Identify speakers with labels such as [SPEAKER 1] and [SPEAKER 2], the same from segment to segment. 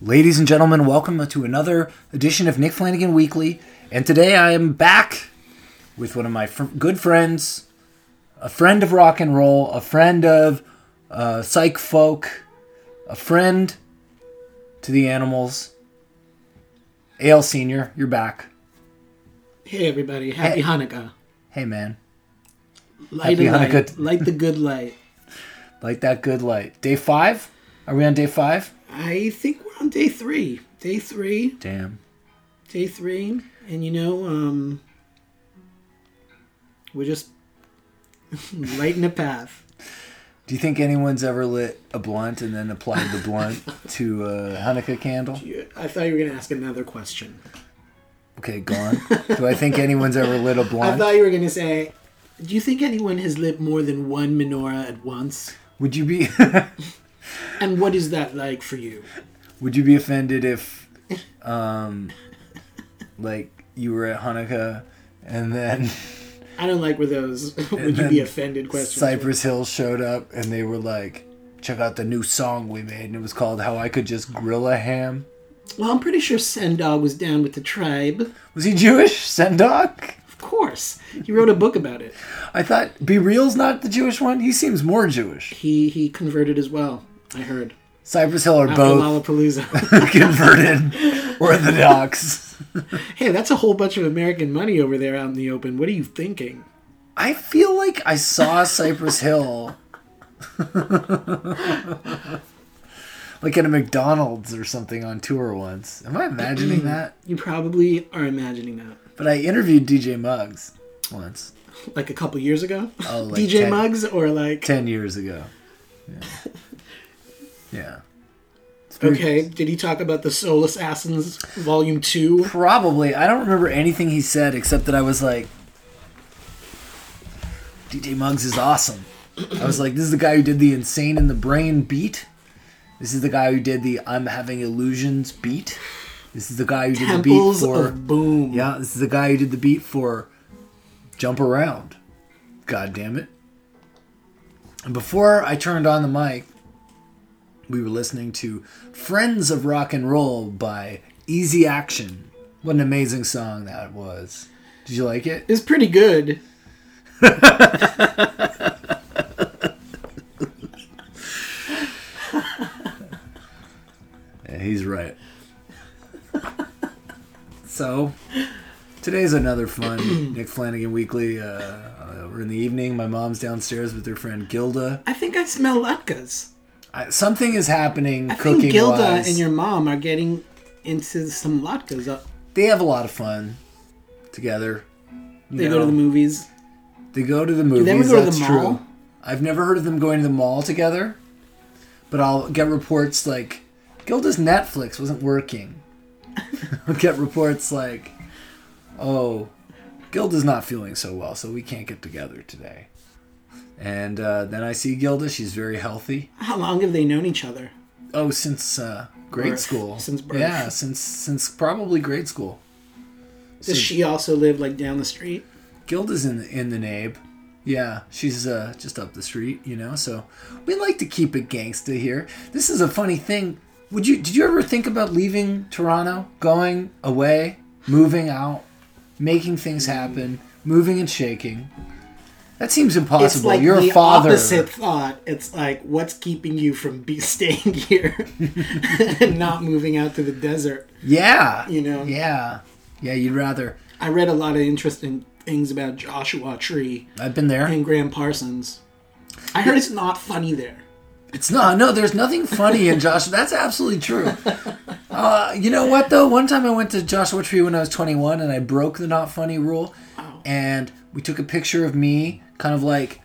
[SPEAKER 1] Ladies and gentlemen, welcome to another edition of Nick Flanagan Weekly. And today I am back with one of my fr- good friends, a friend of rock and roll, a friend of uh, psych folk, a friend to the animals. Ale Senior, you're back.
[SPEAKER 2] Hey everybody, happy
[SPEAKER 1] Hey.
[SPEAKER 2] Hanukkah.
[SPEAKER 1] Hey man,
[SPEAKER 2] Light
[SPEAKER 1] Happy
[SPEAKER 2] a light.
[SPEAKER 1] Hanukkah.
[SPEAKER 2] Light the good light.
[SPEAKER 1] like that good light. Day five? Are we on day five?
[SPEAKER 2] I think we're on day three. Day three.
[SPEAKER 1] Damn.
[SPEAKER 2] Day three. And you know, um we're just lighting a path.
[SPEAKER 1] Do you think anyone's ever lit a blunt and then applied the blunt to a Hanukkah candle?
[SPEAKER 2] You- I thought you were gonna ask another question.
[SPEAKER 1] Okay, gone. Do I think anyone's ever lit a
[SPEAKER 2] I
[SPEAKER 1] blunt?
[SPEAKER 2] thought you were gonna say do you think anyone has lit more than one menorah at once?
[SPEAKER 1] Would you be
[SPEAKER 2] And what is that like for you?
[SPEAKER 1] Would you be offended if, um, like you were at Hanukkah and then
[SPEAKER 2] I don't like where those would you
[SPEAKER 1] then
[SPEAKER 2] be offended questions. were.
[SPEAKER 1] Cypress Hill showed up and they were like, "Check out the new song we made," and it was called "How I Could Just Grill a Ham."
[SPEAKER 2] Well, I'm pretty sure Sendog was down with the tribe.
[SPEAKER 1] Was he Jewish, Sendok?
[SPEAKER 2] Of course. He wrote a book about it.
[SPEAKER 1] I thought Be Real's not the Jewish one. He seems more Jewish.
[SPEAKER 2] He he converted as well, I heard.
[SPEAKER 1] Cypress Hill are
[SPEAKER 2] After
[SPEAKER 1] both
[SPEAKER 2] Lollapalooza.
[SPEAKER 1] converted Orthodox.
[SPEAKER 2] hey, that's a whole bunch of American money over there out in the open. What are you thinking?
[SPEAKER 1] I feel like I saw Cypress Hill. like at a McDonald's or something on tour once. Am I imagining that?
[SPEAKER 2] You probably are imagining that.
[SPEAKER 1] But I interviewed DJ Muggs once,
[SPEAKER 2] Like a couple years ago?
[SPEAKER 1] Oh, like
[SPEAKER 2] DJ
[SPEAKER 1] ten-
[SPEAKER 2] Muggs or like
[SPEAKER 1] 10 years ago. Yeah. yeah. It's pretty-
[SPEAKER 2] Okay, did he talk about the Soul Assassins Volume 2?
[SPEAKER 1] Probably. I don't remember anything he said except that I was like, DJ Muggs is awesome. I was like, this is the guy who did the Insane in the Brain beat. This is the guy who did the I'm Having Illusions beat. This is the guy who did
[SPEAKER 2] Temples
[SPEAKER 1] the beat for.
[SPEAKER 2] of Boom.
[SPEAKER 1] yeah, this is the guy who did the beat for Jump Around. God damn it. And before I turned on the mic, we were listening to Friends of Rock and Roll by Easy Action. What an amazing song that was. Did you like it?
[SPEAKER 2] It's pretty good.
[SPEAKER 1] Yeah, he's right. so, today's another fun Nick Flanagan Weekly. Uh, uh, we're in the evening. My mom's downstairs with her friend Gilda.
[SPEAKER 2] I think I smell latkes.
[SPEAKER 1] I, something is happening
[SPEAKER 2] I
[SPEAKER 1] cooking
[SPEAKER 2] think Gilda
[SPEAKER 1] wise.
[SPEAKER 2] and your mom are getting into some latkes. Uh,
[SPEAKER 1] they have a lot of fun together. You
[SPEAKER 2] They go to
[SPEAKER 1] know,
[SPEAKER 2] the movies.
[SPEAKER 1] They go to the movies.
[SPEAKER 2] they ever go to the
[SPEAKER 1] that's
[SPEAKER 2] mall?
[SPEAKER 1] true. I've never heard of them going to the mall together, but I'll get reports like Gilda's Netflix wasn't working. I'll get reports like, oh, Gilda's not feeling so well, so we can't get together today. And uh, then I see Gilda; she's very healthy.
[SPEAKER 2] How long have they known each other?
[SPEAKER 1] Oh, since uh, grade
[SPEAKER 2] Birth.
[SPEAKER 1] school.
[SPEAKER 2] Since birth.
[SPEAKER 1] Yeah, since since probably grade school.
[SPEAKER 2] Does she also live like down the street?
[SPEAKER 1] Gilda's in the, in the nabe. Yeah, she's uh, just up the street, you know. So we like to keep it gangsta here. This is a funny thing. Would you? Did you ever think about leaving Toronto, going away, moving out, making things
[SPEAKER 2] Mm.
[SPEAKER 1] happen, moving and shaking? That seems impossible. You're
[SPEAKER 2] the
[SPEAKER 1] a father.
[SPEAKER 2] opposite thought. It's like what's keeping you from be staying here and not moving out to the desert.
[SPEAKER 1] Yeah.
[SPEAKER 2] You know.
[SPEAKER 1] Yeah. Yeah. You'd rather.
[SPEAKER 2] I read a lot of interesting things about Joshua Tree
[SPEAKER 1] I've been there.
[SPEAKER 2] and Graham Parsons. I heard it's not funny there.
[SPEAKER 1] It's not. No, there's nothing funny in Joshua. That's absolutely true. Uh, you know what though? One time I went to Joshua Tree when I was 21, and I broke the not funny rule. And we took a picture of me, kind of like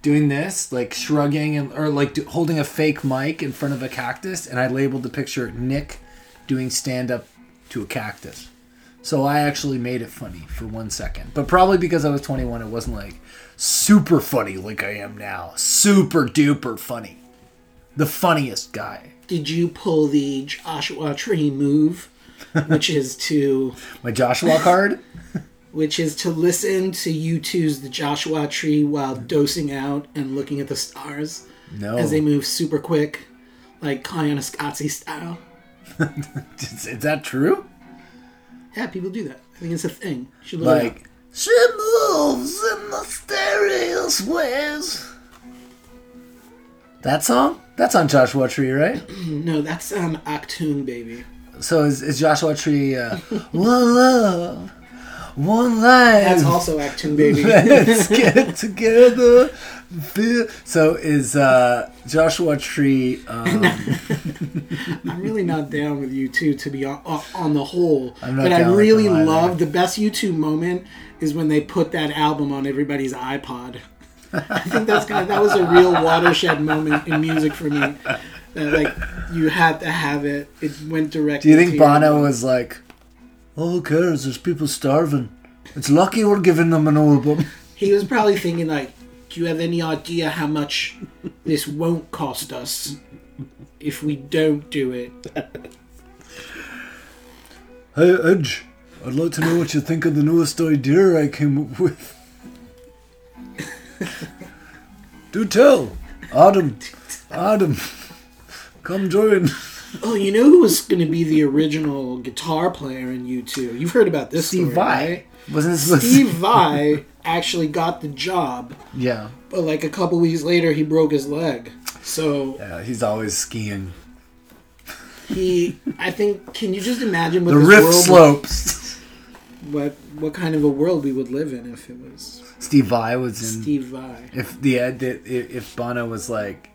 [SPEAKER 1] doing this, like shrugging, and or like do, holding a fake mic in front of a cactus. And I labeled the picture Nick doing stand up to a cactus. So I actually made it funny for one second. But probably because I was 21, it wasn't like super funny like I am now. Super duper funny the funniest guy.
[SPEAKER 2] Did you pull the Joshua Tree move, which is to
[SPEAKER 1] My Joshua card?
[SPEAKER 2] which is to listen to you two's The Joshua Tree while dosing out and looking at the stars
[SPEAKER 1] No.
[SPEAKER 2] as they move super quick, like Kanye Scotzi style.
[SPEAKER 1] is, is that true?
[SPEAKER 2] Yeah, people do that. I think it's a thing. You should look it
[SPEAKER 1] Like she moves in mysterious ways. That song? That's on Joshua Tree, right?
[SPEAKER 2] up. No, that's um Actoon Baby.
[SPEAKER 1] So is, is Joshua Tree uh, one love, one life?
[SPEAKER 2] That's also Actoon Baby.
[SPEAKER 1] Let's get together. Be- So is uh, Joshua Tree? Um,
[SPEAKER 2] I'm really not down with you two to be on, uh, on the whole.
[SPEAKER 1] not
[SPEAKER 2] but I
[SPEAKER 1] down with
[SPEAKER 2] really
[SPEAKER 1] them either.
[SPEAKER 2] love the best you two moment is when they put that album on everybody's iPod. I think that's kind of that was a real watershed moment in music for me. That, like you had to have it. It went
[SPEAKER 1] do
[SPEAKER 2] directly.
[SPEAKER 1] you think
[SPEAKER 2] to
[SPEAKER 1] Bono was like, "Oh, who cares? There's people starving. It's lucky we're giving them an album."
[SPEAKER 2] He was probably thinking like, "Do you have any idea how much this won't cost us if we don't do it?"
[SPEAKER 1] Hey Edge, I'd like to know what you think of the newest idea I came up with. do tell, Adam. Adam, come join.
[SPEAKER 2] Oh, you know who was going to be the original guitar player in U2? You've heard about this
[SPEAKER 1] Steve
[SPEAKER 2] story,
[SPEAKER 1] Vai
[SPEAKER 2] right?
[SPEAKER 1] wasn't this supposed
[SPEAKER 2] Steve Vai actually got the job,
[SPEAKER 1] Yeah.
[SPEAKER 2] but like a couple weeks later, he broke his leg. So
[SPEAKER 1] Yeah, he's always skiing.
[SPEAKER 2] he, I think, can you just imagine what
[SPEAKER 1] The
[SPEAKER 2] this
[SPEAKER 1] rift
[SPEAKER 2] world,
[SPEAKER 1] slopes.
[SPEAKER 2] what what kind of a world we would live in if it was
[SPEAKER 1] Steve Vai was in.
[SPEAKER 2] Steve Vai?
[SPEAKER 1] If the ad, if if Bono was like,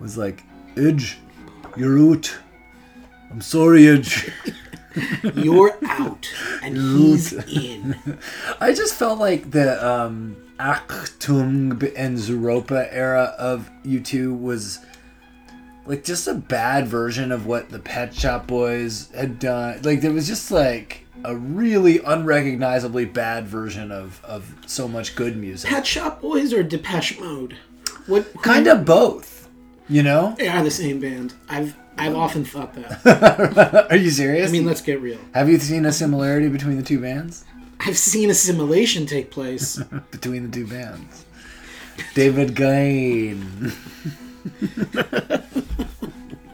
[SPEAKER 1] was like, Edge, you're out. I'm sorry, Edge.
[SPEAKER 2] You're out and he's in.
[SPEAKER 1] I just felt like the um, Achtung and Zeropa era of U2 was like just a bad version of what the Pet Shop Boys had done. Like there was just like a really unrecognizably bad version of of so much good music.
[SPEAKER 2] Pet Shop Boys or Depeche Mode? What who-
[SPEAKER 1] Kind of both, you know?
[SPEAKER 2] They are the same band. I've I've often thought that.
[SPEAKER 1] Are you serious?
[SPEAKER 2] I mean, let's get real.
[SPEAKER 1] have you seen a similarity between the two bands?
[SPEAKER 2] I've seen assimilation take place.
[SPEAKER 1] Between the two bands. David Gain.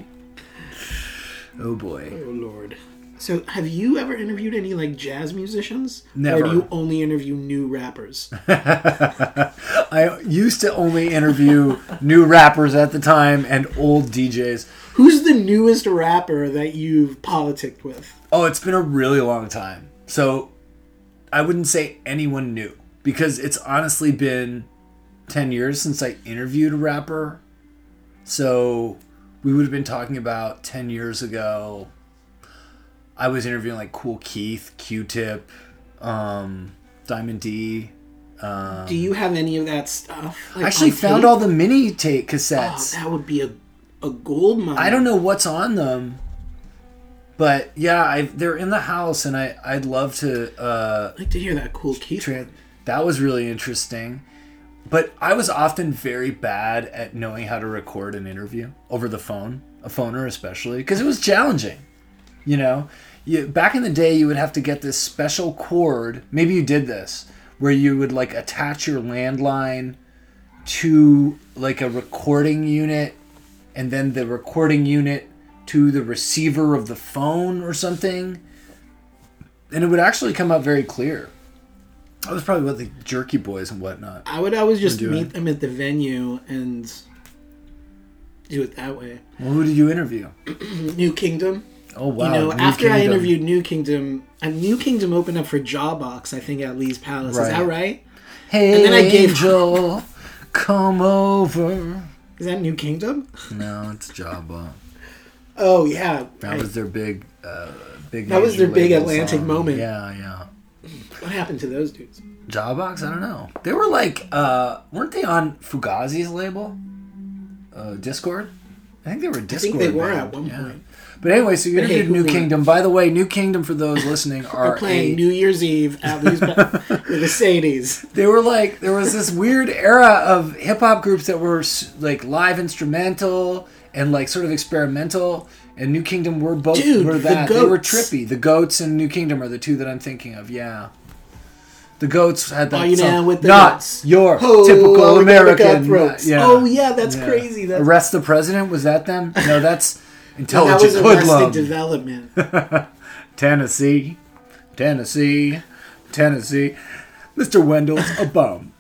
[SPEAKER 1] oh boy.
[SPEAKER 2] oh lord. So, have you ever interviewed any like jazz musicians? Or
[SPEAKER 1] Never.
[SPEAKER 2] do you only interview new rappers?
[SPEAKER 1] I used to only interview new rappers at the time and old DJs.
[SPEAKER 2] Who's the newest rapper that you've politicked with?
[SPEAKER 1] Oh, it's been a really long time. So I wouldn't say anyone new because it's honestly been 10 years since I interviewed a rapper. So we would have been talking about 10 years ago. I was interviewing like Cool Keith, Q Tip, um, Diamond D.
[SPEAKER 2] do you have any of that stuff? Like,
[SPEAKER 1] Um, I actually
[SPEAKER 2] on
[SPEAKER 1] found
[SPEAKER 2] tape?
[SPEAKER 1] all the mini tape
[SPEAKER 2] Oh,
[SPEAKER 1] cassettes.
[SPEAKER 2] that would be a a gold mine.
[SPEAKER 1] I don't know what's on them. But yeah, I, they're in the house, and I, I'd love to uh,
[SPEAKER 2] I'd like to hear that cool Keith.
[SPEAKER 1] Tran- That was really interesting. But I was often very bad at knowing how to record an interview over the phone, a phoner especially, because it was challenging. You know, you, back in the day, you would have to get this special cord. Maybe you did this, where you would like attach your landline to like a recording unit, and then the recording unit to the receiver of the phone or something. And it would actually come out very clear. I was Oh, probably with the Jerky Boys and whatnot.
[SPEAKER 2] I would always just
[SPEAKER 1] do it.
[SPEAKER 2] meet them at the venue and do it that way.
[SPEAKER 1] Well, who did you interview?
[SPEAKER 2] New Kingdom.
[SPEAKER 1] Oh wow!
[SPEAKER 2] You know,
[SPEAKER 1] New
[SPEAKER 2] after I
[SPEAKER 1] Kingdom.
[SPEAKER 2] interviewed New Kingdom, and New Kingdom opened up for Jawbox, I think, at Lee's Palace. Is that
[SPEAKER 1] Right.
[SPEAKER 2] right?
[SPEAKER 1] hey,
[SPEAKER 2] and then I gave-
[SPEAKER 1] Angel, come over.
[SPEAKER 2] Is that New Kingdom?
[SPEAKER 1] No, it's Jabba.
[SPEAKER 2] Oh yeah,
[SPEAKER 1] That
[SPEAKER 2] right.
[SPEAKER 1] was their big, uh, big.
[SPEAKER 2] That was
[SPEAKER 1] major
[SPEAKER 2] their big
[SPEAKER 1] label
[SPEAKER 2] Atlantic
[SPEAKER 1] song.
[SPEAKER 2] moment.
[SPEAKER 1] Yeah, yeah.
[SPEAKER 2] what happened to those dudes?
[SPEAKER 1] Jawbox, I don't know. They were like, uh, weren't they on Fugazi's label, uh, Discord? I think they were a
[SPEAKER 2] I
[SPEAKER 1] Discord.
[SPEAKER 2] think they were
[SPEAKER 1] band.
[SPEAKER 2] at one
[SPEAKER 1] Yeah.
[SPEAKER 2] point.
[SPEAKER 1] But anyway, so you
[SPEAKER 2] But hey,
[SPEAKER 1] interviewed
[SPEAKER 2] who
[SPEAKER 1] New
[SPEAKER 2] were-
[SPEAKER 1] Kingdom. By the way, New Kingdom for those listening are
[SPEAKER 2] Playing
[SPEAKER 1] a-
[SPEAKER 2] New Year's Eve at Lee's Palace with the Sadies.
[SPEAKER 1] they were like there was this weird era of hip hop groups that were s- like live instrumental and like sort of experimental and New Kingdom were both
[SPEAKER 2] Dude,
[SPEAKER 1] were
[SPEAKER 2] the
[SPEAKER 1] that they were
[SPEAKER 2] Goats.
[SPEAKER 1] trippy. The Goats and New Kingdom are the two that I'm thinking of. Yeah. The Goats had that
[SPEAKER 2] All Oh, you
[SPEAKER 1] song,
[SPEAKER 2] know with the
[SPEAKER 1] not
[SPEAKER 2] Goats."
[SPEAKER 1] your
[SPEAKER 2] Oh, all
[SPEAKER 1] typical
[SPEAKER 2] the
[SPEAKER 1] American.
[SPEAKER 2] cutthroats.
[SPEAKER 1] Yeah.
[SPEAKER 2] Oh yeah, that's
[SPEAKER 1] Yeah.
[SPEAKER 2] crazy. That's
[SPEAKER 1] Arrest the President was that them? No, that's
[SPEAKER 2] That was
[SPEAKER 1] Intelligent
[SPEAKER 2] Arrested
[SPEAKER 1] hoodlum.
[SPEAKER 2] Development.
[SPEAKER 1] Tennessee, Tennessee, Tennessee. Mr. Wendell's a bum.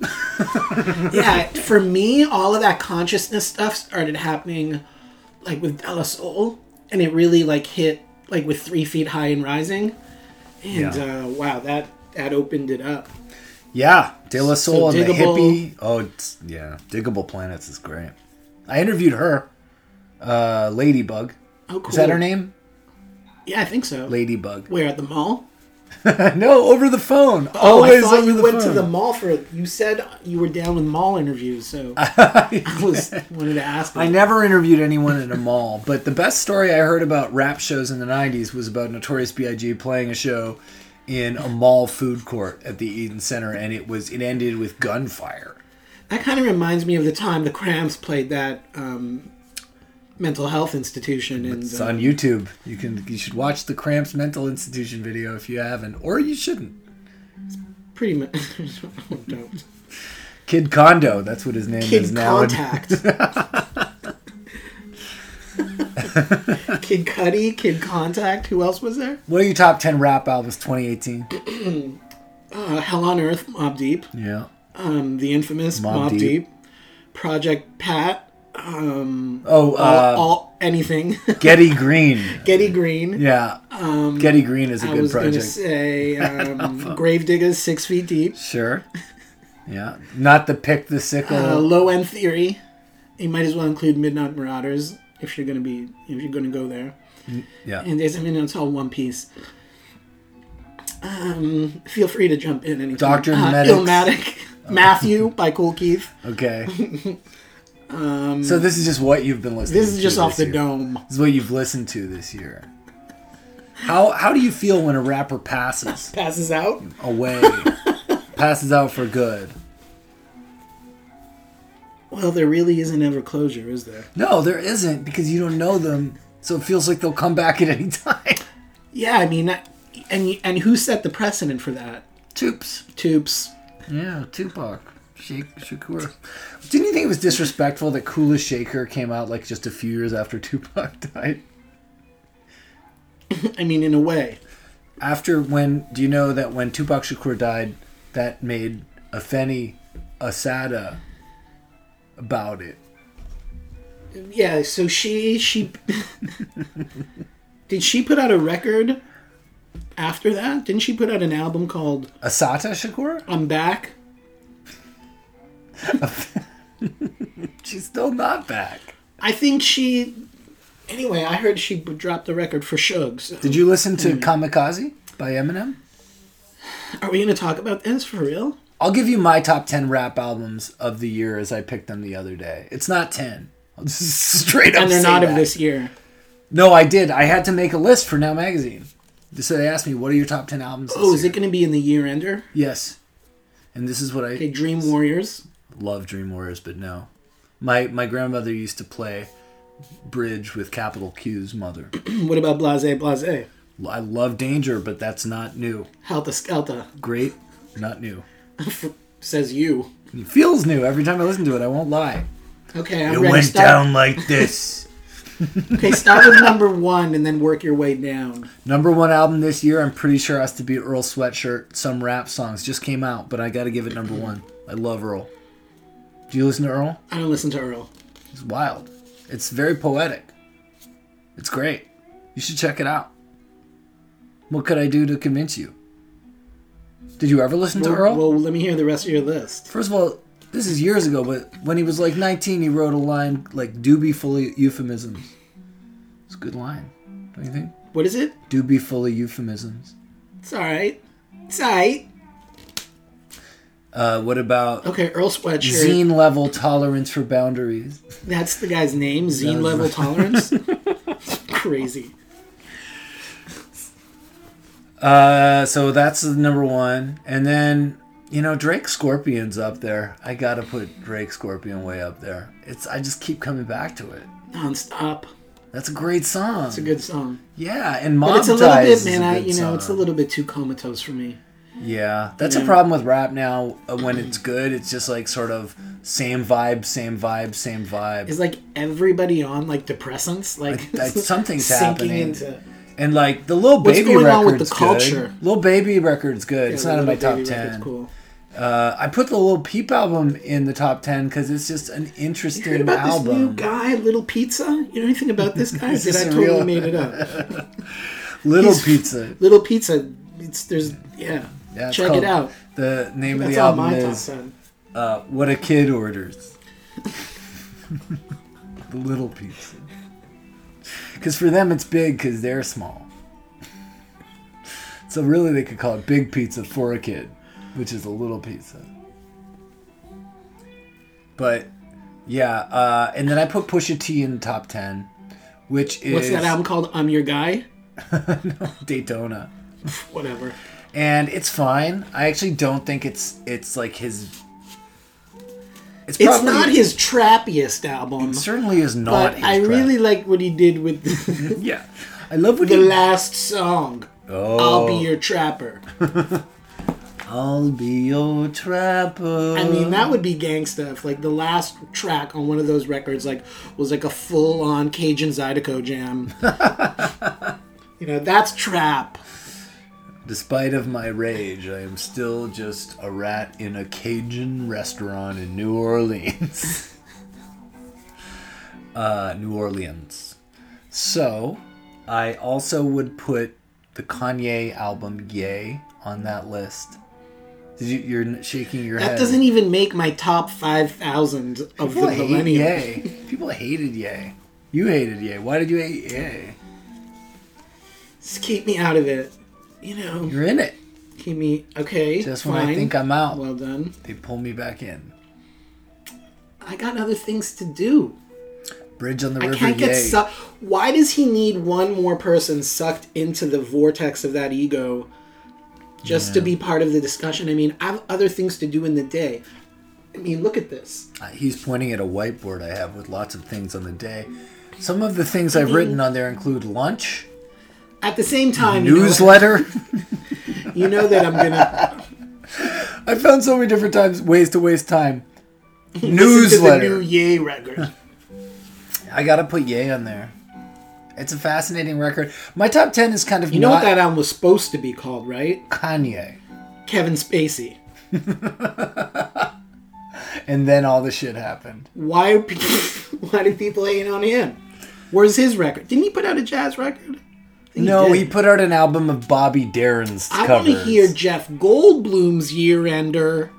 [SPEAKER 2] yeah, for me, all of that consciousness stuff started happening, like with Della Soul, and it really like hit like with Three Feet High and Rising, and
[SPEAKER 1] Yeah.
[SPEAKER 2] uh, wow, that that opened it up.
[SPEAKER 1] Yeah, De La Soul and the
[SPEAKER 2] diggable.
[SPEAKER 1] hippie. Oh, it's, yeah, Diggable Planets is great. I interviewed her, uh, Ladybug.
[SPEAKER 2] Oh, cool.
[SPEAKER 1] Is that her name?
[SPEAKER 2] Yeah, I think so.
[SPEAKER 1] Ladybug.
[SPEAKER 2] Where at the mall?
[SPEAKER 1] no, over the phone.
[SPEAKER 2] Oh,
[SPEAKER 1] Always
[SPEAKER 2] I thought
[SPEAKER 1] over
[SPEAKER 2] you
[SPEAKER 1] the
[SPEAKER 2] went
[SPEAKER 1] phone.
[SPEAKER 2] to the mall for. You said you were down with mall interviews, so I was wanted to ask.
[SPEAKER 1] I never interviewed anyone in a mall, but the best story I heard about rap shows in the 90s was about Notorious B.I.G. playing a show in a mall food court at the Eden Center, and it was it ended with gunfire.
[SPEAKER 2] That kind of reminds me of the time the Cramps played that um, mental health institution, and
[SPEAKER 1] It's
[SPEAKER 2] uh,
[SPEAKER 1] on YouTube. You can you should watch the Cramps Mental Institution video if you haven't, or you shouldn't.
[SPEAKER 2] pretty much. don't.
[SPEAKER 1] Kid Condo, that's what his name is
[SPEAKER 2] Kid
[SPEAKER 1] now. in-
[SPEAKER 2] Contact. Kid Cudi, Kid Contact. Who else was there?
[SPEAKER 1] What are your top ten rap albums 2018?
[SPEAKER 2] Uh, Hell on Earth, Mob Deep,
[SPEAKER 1] Yeah.
[SPEAKER 2] um, the infamous
[SPEAKER 1] Mobb
[SPEAKER 2] Mob,
[SPEAKER 1] Deep.
[SPEAKER 2] Deep. Project Pat, um,
[SPEAKER 1] Oh,
[SPEAKER 2] all,
[SPEAKER 1] uh,
[SPEAKER 2] all anything,
[SPEAKER 1] Getty Green.
[SPEAKER 2] Getty Green.
[SPEAKER 1] Yeah. Getty Green is a
[SPEAKER 2] Um, I
[SPEAKER 1] good
[SPEAKER 2] was
[SPEAKER 1] project.
[SPEAKER 2] gonna say um, Gravediggers, Six Feet Deep,
[SPEAKER 1] Sure. Yeah. Not the pick the sickle.
[SPEAKER 2] uh, Low End Theory. You might as well include Midnight Marauders if you're gonna be if you're gonna go there.
[SPEAKER 1] Mm, yeah.
[SPEAKER 2] And there's, I mean, it's all one piece. Um, feel free to jump in anytime.
[SPEAKER 1] Dr.
[SPEAKER 2] Uh,
[SPEAKER 1] Medics. Uh.
[SPEAKER 2] Illmatic. Matthew by Cool Keith.
[SPEAKER 1] Okay. so this is just what you've been listening.
[SPEAKER 2] Um, This is
[SPEAKER 1] to
[SPEAKER 2] just off the
[SPEAKER 1] year.
[SPEAKER 2] dome.
[SPEAKER 1] This is what you've listened to this year. How how do you feel when a rapper passes
[SPEAKER 2] Passes out.
[SPEAKER 1] away, passes out for good?
[SPEAKER 2] Well, there really isn't ever closure, is there?
[SPEAKER 1] No, there isn't because you don't know them, so it feels like they'll come back at any time.
[SPEAKER 2] Yeah, I mean, that- and and who set the precedent for that?
[SPEAKER 1] Toops.
[SPEAKER 2] Tubes.
[SPEAKER 1] Yeah, Tupac. Shake Shakur. Didn't you think it was disrespectful that Coolest Shaker came out like just a few years after Tupac died?
[SPEAKER 2] I mean, in a way.
[SPEAKER 1] after when do you know that when Tupac Shakur died, that made Afeni Asada about it.
[SPEAKER 2] Yeah. So she she did she put out a record after that? Didn't she put out an album called
[SPEAKER 1] Asata Shakur?
[SPEAKER 2] "I'm Back"?
[SPEAKER 1] She's still not back.
[SPEAKER 2] I think she. Anyway, I heard she b- dropped the record for Shugs.
[SPEAKER 1] Did you listen to
[SPEAKER 2] Hmm.
[SPEAKER 1] Kamikaze by Eminem?
[SPEAKER 2] Are we going to talk about this for real?
[SPEAKER 1] I'll give you my top 10 rap albums of the year as I picked them the other day. It's not 10. I'll just straight up
[SPEAKER 2] And they're
[SPEAKER 1] say
[SPEAKER 2] not of
[SPEAKER 1] that.
[SPEAKER 2] this year.
[SPEAKER 1] No, I did. I had to make a list for Now Magazine. So they asked me, "What are your top 10 albums?"
[SPEAKER 2] Oh, is it going to be in the year ender?
[SPEAKER 1] Yes. And this is what I
[SPEAKER 2] Okay, Dream Warriors.
[SPEAKER 1] love Dream Warriors, but no. My my grandmother used to play bridge with capital Q's mother.
[SPEAKER 2] What about Blase Blase?
[SPEAKER 1] I love Danger, but that's not new.
[SPEAKER 2] Helta Skelta
[SPEAKER 1] Great, not new.
[SPEAKER 2] says you.
[SPEAKER 1] It feels new every time I listen to it. I won't lie.
[SPEAKER 2] Okay, I'm ready. start.
[SPEAKER 1] like this.
[SPEAKER 2] Okay, start with number one and then work your way down.
[SPEAKER 1] Number one album this year, I'm pretty sure has to be Earl Sweatshirt. Some rap songs just came out, but I got to give it number one. I love Earl. Do you listen to Earl?
[SPEAKER 2] I don't listen to Earl.
[SPEAKER 1] It's wild. It's very poetic. It's great. You should check it out. What could I do to convince you? Did you ever listen to Earl?
[SPEAKER 2] Well, let me hear the rest of your list.
[SPEAKER 1] First of all, this is years ago, but when he was like 19, he wrote a line like "doobie full of euphemisms." It's a good line, don't you think?
[SPEAKER 2] What is it?
[SPEAKER 1] "Doobie full of euphemisms."
[SPEAKER 2] It's all right. It's all right.
[SPEAKER 1] Uh, what about
[SPEAKER 2] Okay, Earl Sweatshirt.
[SPEAKER 1] zine level tolerance for boundaries?
[SPEAKER 2] That's the guy's name, Zine
[SPEAKER 1] was-
[SPEAKER 2] Level Tolerance. Crazy.
[SPEAKER 1] Uh, so that's the number one, and then you know Drake Scorpion's up there. I gotta put Drake Scorpion way up there. It's I just keep coming back to it.
[SPEAKER 2] Nonstop.
[SPEAKER 1] That's a great song.
[SPEAKER 2] It's a good song.
[SPEAKER 1] yeah, and Mob
[SPEAKER 2] But it's a little
[SPEAKER 1] Ties
[SPEAKER 2] bit,
[SPEAKER 1] is a
[SPEAKER 2] man. I,
[SPEAKER 1] good
[SPEAKER 2] you know, it's a
[SPEAKER 1] song.
[SPEAKER 2] little bit too comatose for me.
[SPEAKER 1] Yeah, that's a
[SPEAKER 2] Yeah.
[SPEAKER 1] problem with rap now. uh, When it's good, it's just like sort of same vibe, same vibe, same vibe.
[SPEAKER 2] Is like everybody on like depressants? Like,
[SPEAKER 1] Like, something's
[SPEAKER 2] sinking
[SPEAKER 1] happening.
[SPEAKER 2] into.
[SPEAKER 1] And like the little
[SPEAKER 2] What's
[SPEAKER 1] baby
[SPEAKER 2] going
[SPEAKER 1] record's
[SPEAKER 2] on with the
[SPEAKER 1] good.
[SPEAKER 2] culture?
[SPEAKER 1] Little baby record's good. it's
[SPEAKER 2] Yeah,
[SPEAKER 1] not in
[SPEAKER 2] the
[SPEAKER 1] my
[SPEAKER 2] Little
[SPEAKER 1] top
[SPEAKER 2] Baby record's
[SPEAKER 1] ten.
[SPEAKER 2] Cool.
[SPEAKER 1] Uh, I put the little Peep album in the top ten because it's just an interesting
[SPEAKER 2] Heard about
[SPEAKER 1] album.
[SPEAKER 2] this new guy, Little Pizza? You know anything about this guy? Did
[SPEAKER 1] this
[SPEAKER 2] I
[SPEAKER 1] a
[SPEAKER 2] totally
[SPEAKER 1] real-
[SPEAKER 2] made it up?
[SPEAKER 1] Little
[SPEAKER 2] He's-
[SPEAKER 1] Pizza.
[SPEAKER 2] Little Pizza. It's there's yeah.
[SPEAKER 1] Yeah, it's
[SPEAKER 2] Check
[SPEAKER 1] called-
[SPEAKER 2] it out.
[SPEAKER 1] The name of
[SPEAKER 2] That's
[SPEAKER 1] the
[SPEAKER 2] on
[SPEAKER 1] album
[SPEAKER 2] my top
[SPEAKER 1] is
[SPEAKER 2] ten.
[SPEAKER 1] uh, "What a Kid Orders." the little pizza. Because for them it's big because they're small. So really, they could call it "Big Pizza for a Kid," which is a little pizza. But yeah, uh, and then I put Pusha T in the top ten, which is
[SPEAKER 2] What's that album called? I'm Your Guy.
[SPEAKER 1] Daytona.
[SPEAKER 2] Whatever.
[SPEAKER 1] and it's fine. I actually don't think it's it's like his. It's,
[SPEAKER 2] It's
[SPEAKER 1] probably-
[SPEAKER 2] not his trappiest album,
[SPEAKER 1] it Certainly is not.
[SPEAKER 2] but
[SPEAKER 1] his
[SPEAKER 2] I
[SPEAKER 1] track.
[SPEAKER 2] really like what he did with the,
[SPEAKER 1] yeah. I love what he.
[SPEAKER 2] last song.
[SPEAKER 1] oh,
[SPEAKER 2] I'll be your trapper.
[SPEAKER 1] I'll be your trapper.
[SPEAKER 2] I mean, that would be gang stuff. Like the last track on one of those records, like was like a full-on Cajun Zydeco jam. you know, that's trap.
[SPEAKER 1] Despite of my rage, I am still just a rat in a Cajun restaurant in New Orleans. uh, New Orleans. So, I also would put the Kanye album "Yay" on that list. Did you, you're n- shaking your head.
[SPEAKER 2] That doesn't even make my top five thousand of the
[SPEAKER 1] People hate
[SPEAKER 2] millennium.
[SPEAKER 1] Yay. People hated Yay. You hated Yay. Why did you hate Yay?
[SPEAKER 2] Just keep me out of it. You know,
[SPEAKER 1] You're in it.
[SPEAKER 2] keep me okay.
[SPEAKER 1] Just
[SPEAKER 2] fine.
[SPEAKER 1] when I think I'm out,
[SPEAKER 2] well done.
[SPEAKER 1] they pull me back in.
[SPEAKER 2] I got other things to do.
[SPEAKER 1] Bridge on the
[SPEAKER 2] I
[SPEAKER 1] River
[SPEAKER 2] can't
[SPEAKER 1] Yay.
[SPEAKER 2] get sucked. Why does he need one more person sucked into the vortex of that ego just to be part of the discussion? I mean, I have other things to do in the day. I mean, look at this.
[SPEAKER 1] Uh, He's pointing at a whiteboard I have with lots of things on the day. Some of the things I've written on there include lunch,
[SPEAKER 2] At the same time, you know-
[SPEAKER 1] newsletter.
[SPEAKER 2] you know, that I'm gonna
[SPEAKER 1] I found so many different times ways to waste time.
[SPEAKER 2] listen to the
[SPEAKER 1] Newsletter.
[SPEAKER 2] new Yay record.
[SPEAKER 1] I gotta put yay on there. It's a fascinating record. My top ten is kind of
[SPEAKER 2] You know
[SPEAKER 1] not
[SPEAKER 2] what that album was supposed to be called, right?
[SPEAKER 1] Kanye,
[SPEAKER 2] Kevin Spacey.
[SPEAKER 1] and then all the shit happened.
[SPEAKER 2] Why are people, why do people hate on him? Where's his record? Didn't he put out a jazz record? I think
[SPEAKER 1] no,
[SPEAKER 2] did.
[SPEAKER 1] he put out an album of Bobby Darin's
[SPEAKER 2] I want
[SPEAKER 1] covers.
[SPEAKER 2] to hear Jeff Goldblum's year ender.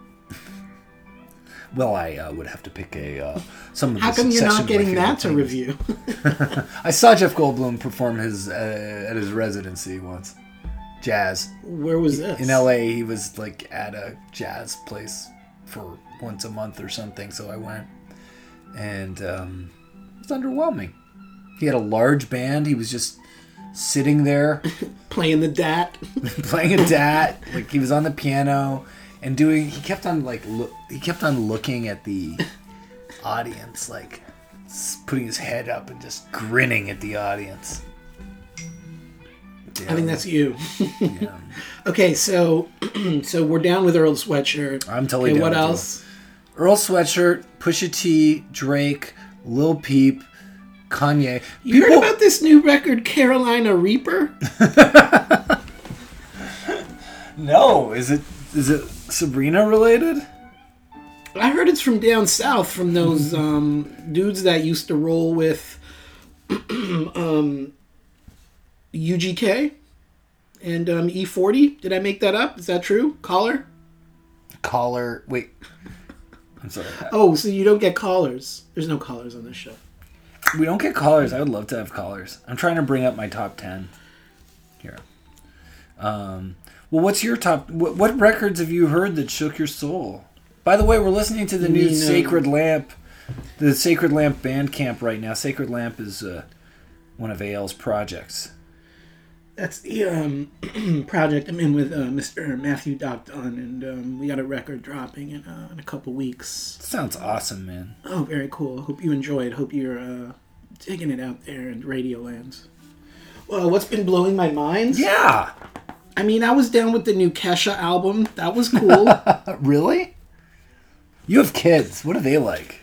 [SPEAKER 1] Well, I uh, would have to pick a uh, some of
[SPEAKER 2] How
[SPEAKER 1] the
[SPEAKER 2] come you're
[SPEAKER 1] Succession
[SPEAKER 2] not getting
[SPEAKER 1] regular
[SPEAKER 2] that to
[SPEAKER 1] things.
[SPEAKER 2] review?
[SPEAKER 1] I saw Jeff Goldblum perform his uh, at his residency once, jazz.
[SPEAKER 2] Where was this?
[SPEAKER 1] in LA, he was like at a jazz place for once a month or something. So I went, and um, it was underwhelming. He had a large band. He was just sitting there
[SPEAKER 2] Playing the dat.
[SPEAKER 1] playing a dat. Like he was on the piano and doing. He kept on like look. He kept on looking at the audience, like s- putting his head up and just grinning at the audience.
[SPEAKER 2] I think that's you.
[SPEAKER 1] Yeah.
[SPEAKER 2] Okay, so so we're down with Earl Sweatshirt.
[SPEAKER 1] I'm totally
[SPEAKER 2] okay,
[SPEAKER 1] down
[SPEAKER 2] what
[SPEAKER 1] with Earl.
[SPEAKER 2] else?
[SPEAKER 1] Earl Sweatshirt, Pusha T, Drake, Lil Peep, Kanye.
[SPEAKER 2] You heard about this new record, Carolina Reaper?
[SPEAKER 1] no, is it is it Sabrina related?
[SPEAKER 2] I heard it's from down south, from those um, dudes that used to roll with um, UGK and um, E40. Did I make that up? Is that true? Caller?
[SPEAKER 1] Collar. Wait, I'm sorry.
[SPEAKER 2] Oh, so you don't get callers. There's no callers on this show.
[SPEAKER 1] We don't get collars. I would love to have collars. I'm trying to bring up my top ten here. Um, well, what's your top? What, what records have you heard that shook your soul? By the way, we're listening to the new
[SPEAKER 2] mean, uh,
[SPEAKER 1] Sacred Lamp, the Sacred Lamp Band Camp right now. Sacred Lamp is uh, one of AL's projects.
[SPEAKER 2] That's the um, project I'm in with uh, Mr. Matthew Docton, and um, we got a record dropping in, uh, in a couple weeks.
[SPEAKER 1] Sounds awesome, man.
[SPEAKER 2] Oh, very cool. Hope you enjoy it. Hope you're uh, digging it out there in Radio Land. Well, what's been blowing my mind?
[SPEAKER 1] Yeah.
[SPEAKER 2] I mean, I was down with the new Kesha album. That was cool.
[SPEAKER 1] Uh, really? You have kids. What are they like?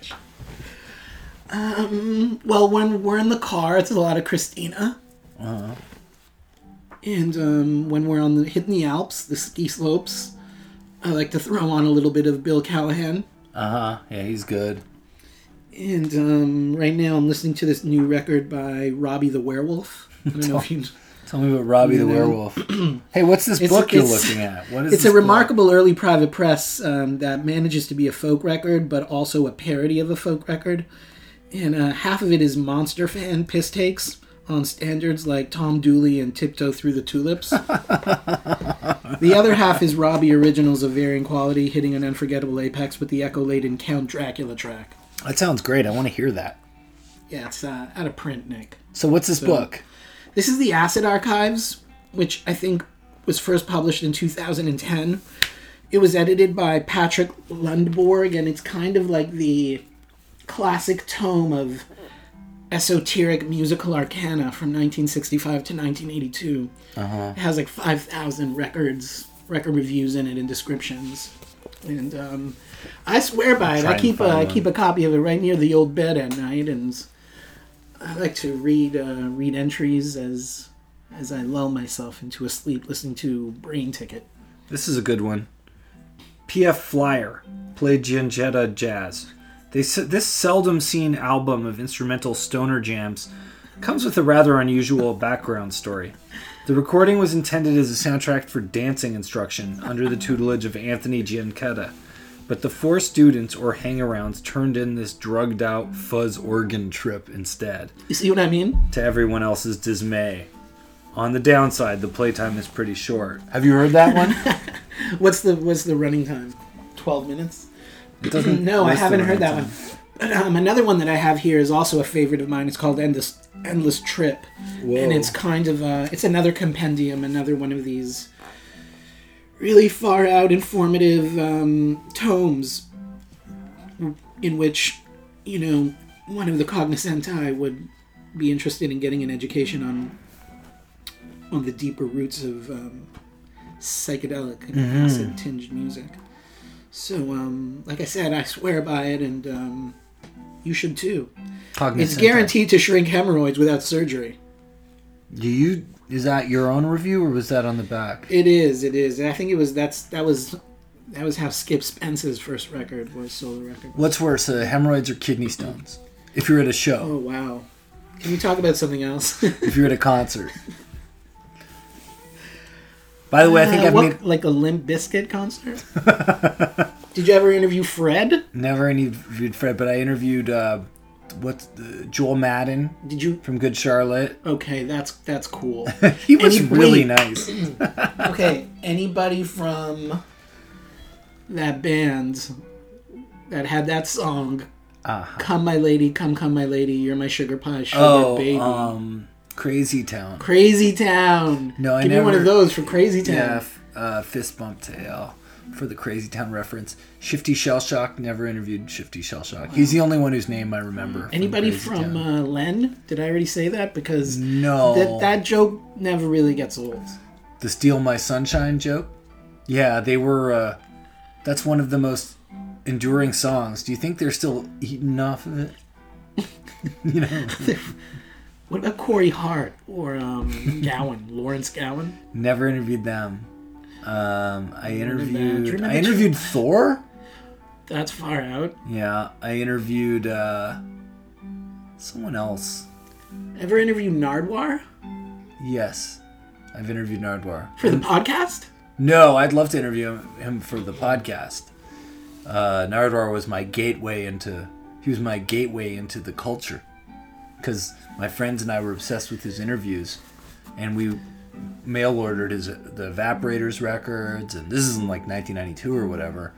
[SPEAKER 2] well, when we're in the car, it's a lot of Christina. And um, when we're on the hitting the Alps, the ski slopes, I like to throw on a little bit of Bill Callahan.
[SPEAKER 1] Uh huh. Yeah, he's good.
[SPEAKER 2] And um, right now, I'm listening to this new record by Robbie the Werewolf. I don't know if you.
[SPEAKER 1] Tell me about Robbie the
[SPEAKER 2] know.
[SPEAKER 1] werewolf. hey, what's this
[SPEAKER 2] It's-
[SPEAKER 1] book you're
[SPEAKER 2] it's-
[SPEAKER 1] looking at? What is
[SPEAKER 2] It's
[SPEAKER 1] this
[SPEAKER 2] a
[SPEAKER 1] book?
[SPEAKER 2] remarkable early private press um, that manages to be a folk record, but also a parody of a folk record. And uh, half of it is monster fan piss takes on standards like Tom Dooley and Tiptoe Through the Tulips. the other half is Robbie originals of varying quality, hitting an unforgettable apex with the echo laden Count Dracula track.
[SPEAKER 1] That sounds great. I want to hear that.
[SPEAKER 2] Yeah, it's uh, out of print, Nick.
[SPEAKER 1] So, what's this book?
[SPEAKER 2] This is the Acid Archives, which I think was first published in 2010. It was edited by Patrick Lundborg, and it's kind of like the classic tome of esoteric musical arcana from 1965 to 1982.
[SPEAKER 1] Uh-huh.
[SPEAKER 2] It has like 5,000 records, record reviews in it, and descriptions. And um, I swear by it.
[SPEAKER 1] try
[SPEAKER 2] I
[SPEAKER 1] and
[SPEAKER 2] keep a,
[SPEAKER 1] find
[SPEAKER 2] I
[SPEAKER 1] one.
[SPEAKER 2] keep a copy of it right near the old bed at night, and I like to read uh, read entries as as I lull myself into a sleep, listening to Brain Ticket.
[SPEAKER 3] This is a good one. P.F. Flyer played Gianjetta jazz. They, s- this seldom seen album of instrumental stoner jams comes with a rather unusual background story. The recording was intended as a soundtrack for dancing instruction under the tutelage of Anthony Gianchetta, but the four students or hangarounds turned in this drugged out fuzz organ trip instead
[SPEAKER 2] You see what I mean?
[SPEAKER 3] to everyone else's dismay. On the downside, the playtime is pretty short.
[SPEAKER 1] Have you heard that one?
[SPEAKER 2] What's the what's the running time? Twelve minutes.
[SPEAKER 3] It doesn't
[SPEAKER 2] No, I
[SPEAKER 3] list the
[SPEAKER 2] haven't
[SPEAKER 3] running
[SPEAKER 2] heard that
[SPEAKER 3] time.
[SPEAKER 2] one. But um, another one that I have here is also a favorite of mine. It's called Endless Endless Trip, and it's kind of uh, it's another compendium, another one of these really far out, informative um, tomes, in which you know one of the cognoscenti would be interested in getting an education on on the deeper roots of um, psychedelic and acid tinged music. So, um, like I said, I swear by it, and um, you should too.
[SPEAKER 1] Cognizant.
[SPEAKER 2] It's guaranteed to shrink hemorrhoids without surgery.
[SPEAKER 1] Do you? Is that your own review or was that on the back?
[SPEAKER 2] It is. It is. And I think it was. That's that was. That was how Skip Spence's first record was solo record.
[SPEAKER 1] What's worse, uh, hemorrhoids or kidney stones? If you're at a show,
[SPEAKER 2] Oh wow! Can we talk about something else?
[SPEAKER 1] if you're at a concert. By the way, I think
[SPEAKER 2] Uh,
[SPEAKER 1] I've
[SPEAKER 2] what-
[SPEAKER 1] made
[SPEAKER 2] like a Limp Biscuit concert. Did you ever interview Fred?
[SPEAKER 1] never interviewed Fred, but I interviewed uh, what's uh, Joel Madden
[SPEAKER 2] Did you?
[SPEAKER 1] from Good Charlotte.
[SPEAKER 2] Okay, that's that's cool.
[SPEAKER 1] He was
[SPEAKER 2] And he-
[SPEAKER 1] really
[SPEAKER 2] wait.
[SPEAKER 1] nice.
[SPEAKER 2] Okay, anybody from that band that had that song, "Come My Lady, Come Come My Lady, You're My Sugar Pie, Sugar
[SPEAKER 1] Uh-huh. Oh,
[SPEAKER 2] Baby,"
[SPEAKER 1] um, Crazy Town.
[SPEAKER 2] Crazy Town.
[SPEAKER 1] No, I
[SPEAKER 2] Give me one
[SPEAKER 1] never-
[SPEAKER 2] of those for Crazy Town.
[SPEAKER 1] Yeah, f- uh, fist bump tail for the Crazy Town reference. Shifty Shell Shock never interviewed Shifty Shell Shock. He's the only one whose name I remember. from
[SPEAKER 2] Anybody
[SPEAKER 1] Crazy
[SPEAKER 2] from
[SPEAKER 1] Town.
[SPEAKER 2] uh, Len? Did I already say that? Because
[SPEAKER 1] no
[SPEAKER 2] that that joke never really gets old.
[SPEAKER 1] the steal my sunshine joke? Yeah, they were. Uh, that's one of the most enduring songs. Do you think they're still eating off of it? you know,
[SPEAKER 2] What about Corey Hart or um, Gowan, Lawrence Gowan?
[SPEAKER 1] never interviewed them. Um, I
[SPEAKER 2] Do you
[SPEAKER 1] interviewed.
[SPEAKER 2] remember
[SPEAKER 1] I interviewed Thor.
[SPEAKER 2] That's far out.
[SPEAKER 1] Yeah, I interviewed uh, someone else.
[SPEAKER 2] Ever interview Nardwar
[SPEAKER 1] Yes, I've interviewed Nardwar.
[SPEAKER 2] for the podcast?
[SPEAKER 1] No, I'd love to interview him- him for the podcast. Uh, Nardwar was my gateway into. He was my gateway into the culture, because my friends and I were obsessed with his interviews, and we mail ordered his the Evaporators records, and this is in like 1992 or whatever.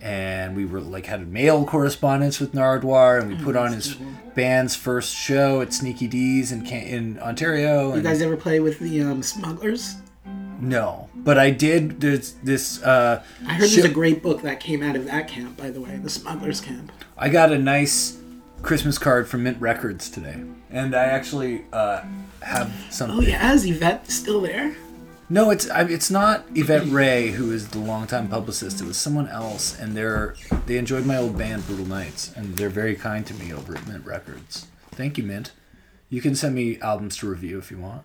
[SPEAKER 1] And we were like had mail correspondence with Nardwar, and we put on his band's first show at Sneaky D's in Can- in Ontario.
[SPEAKER 2] You
[SPEAKER 1] and-
[SPEAKER 2] guys ever play with the um, smugglers?
[SPEAKER 1] no, but I did this. this uh,
[SPEAKER 2] I heard there's a great book that came out of that camp, by the way, the smugglers camp.
[SPEAKER 1] I got a nice Christmas card from Mint Records today, and I actually uh, have
[SPEAKER 2] Oh
[SPEAKER 1] something.
[SPEAKER 2] yeah, is Yvette still there?
[SPEAKER 1] No, it's I, it's not Yvette Ray who is the longtime publicist. It was someone else, and they're they enjoyed my old band Brutal Nights, and they're very kind to me over at Mint Records. Thank you, Mint. You can send me albums to review if you want.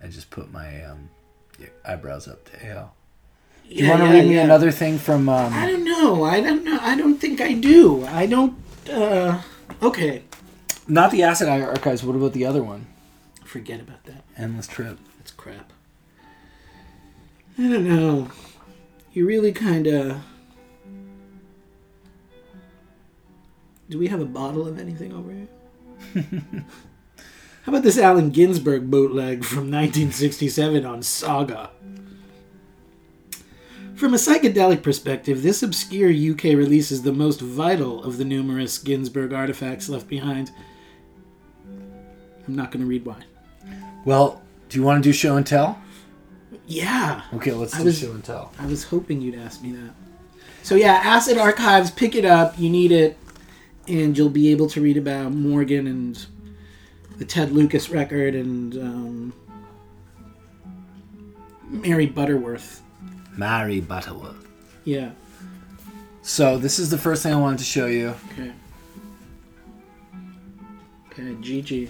[SPEAKER 1] I just put my um, yeah, eyebrows up to AL. Do you
[SPEAKER 2] Yeah,
[SPEAKER 1] want to
[SPEAKER 2] yeah,
[SPEAKER 1] read me
[SPEAKER 2] yeah.
[SPEAKER 1] another thing from? Um,
[SPEAKER 2] I don't know. I don't know. I don't think I do. I don't. Uh, okay.
[SPEAKER 1] Not the Acid Eye Archives. What about the other one?
[SPEAKER 2] Forget about that.
[SPEAKER 1] Endless Trip.
[SPEAKER 2] That's crap. I don't know. You really kind of. Do we have a bottle of anything over here? How about this Allen Ginsberg bootleg from 1967 on Saga? From a psychedelic perspective, this obscure UK release is the most vital of the numerous Ginsberg artifacts left behind. I'm not going to read why.
[SPEAKER 1] Well, do you want to do show and tell?
[SPEAKER 2] Yeah.
[SPEAKER 1] Okay, let's
[SPEAKER 2] I
[SPEAKER 1] do
[SPEAKER 2] was-
[SPEAKER 1] show and tell.
[SPEAKER 2] I was hoping you'd ask me that. So yeah, Acid Archives, pick it up. You need it, and you'll be able to read about Morgan and the Ted Lucas record and um, Mary Butterworth.
[SPEAKER 1] Mary Butterworth.
[SPEAKER 2] Yeah.
[SPEAKER 1] So this is the first thing I wanted to show you.
[SPEAKER 2] Okay. Okay. Gigi.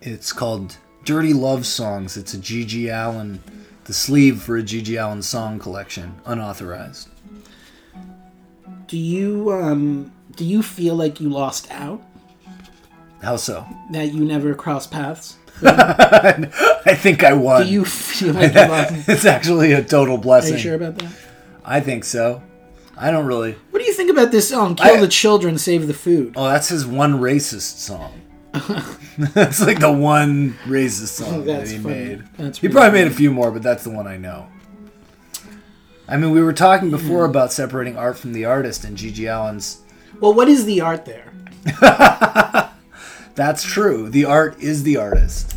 [SPEAKER 1] It's called Dirty Love Songs. It's a G.G. Allen, the sleeve for a G.G. Allen song collection, unauthorized.
[SPEAKER 2] Do you um do you feel like you lost out?
[SPEAKER 1] How so?
[SPEAKER 2] That you never crossed paths?
[SPEAKER 1] I think I won.
[SPEAKER 2] Do you feel like you lost? Are
[SPEAKER 1] it's actually a total
[SPEAKER 2] you
[SPEAKER 1] blessing.
[SPEAKER 2] sure about that?
[SPEAKER 1] I think so. I don't really.
[SPEAKER 2] What do you think about this song? Kill
[SPEAKER 1] I-
[SPEAKER 2] the children, save the food.
[SPEAKER 1] Oh, that's his one racist song. that's like the one racist song
[SPEAKER 2] Oh,
[SPEAKER 1] that
[SPEAKER 2] that's
[SPEAKER 1] he
[SPEAKER 2] funny.
[SPEAKER 1] made.
[SPEAKER 2] That's
[SPEAKER 1] he
[SPEAKER 2] really
[SPEAKER 1] probably made a few more, but that's the one I know. I mean, we were talking before about separating art from the artist, and G.G. Allen's
[SPEAKER 2] Well, what is the art there?
[SPEAKER 1] That's true. The art is the artist.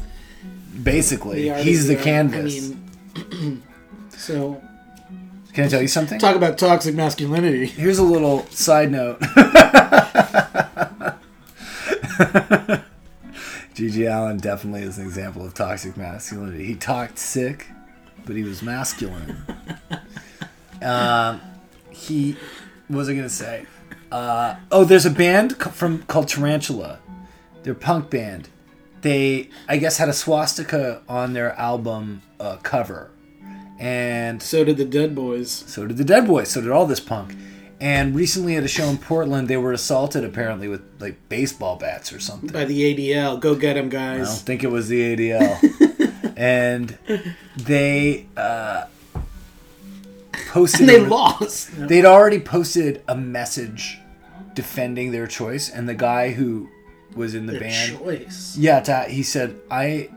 [SPEAKER 1] Basically,
[SPEAKER 2] art
[SPEAKER 1] he's
[SPEAKER 2] is
[SPEAKER 1] the
[SPEAKER 2] art.
[SPEAKER 1] canvas.
[SPEAKER 2] I mean, so
[SPEAKER 1] Can I tell you something?
[SPEAKER 2] talk about toxic masculinity.
[SPEAKER 1] Here's a little side note. Gigi Allen definitely is an example of toxic masculinity. He talked sick, but he was masculine. um, he, what was I gonna say? Uh, oh, there's a band c- from called Tarantula. They're a punk band. They, I guess, had a swastika on their album uh, cover, and
[SPEAKER 2] So did the Dead Boys.
[SPEAKER 1] so did the Dead Boys. So did all this punk. And recently at a show in Portland, they were assaulted apparently with like baseball bats or something.
[SPEAKER 2] By the ADL, go get them,
[SPEAKER 1] I don't
[SPEAKER 2] guys.
[SPEAKER 1] think it was the ADL. and they uh, posted.
[SPEAKER 2] And they
[SPEAKER 1] a-
[SPEAKER 2] lost.
[SPEAKER 1] They'd already posted a message defending their choice, and the guy who was in the band,
[SPEAKER 2] Choice.
[SPEAKER 1] yeah, ta- he said, "I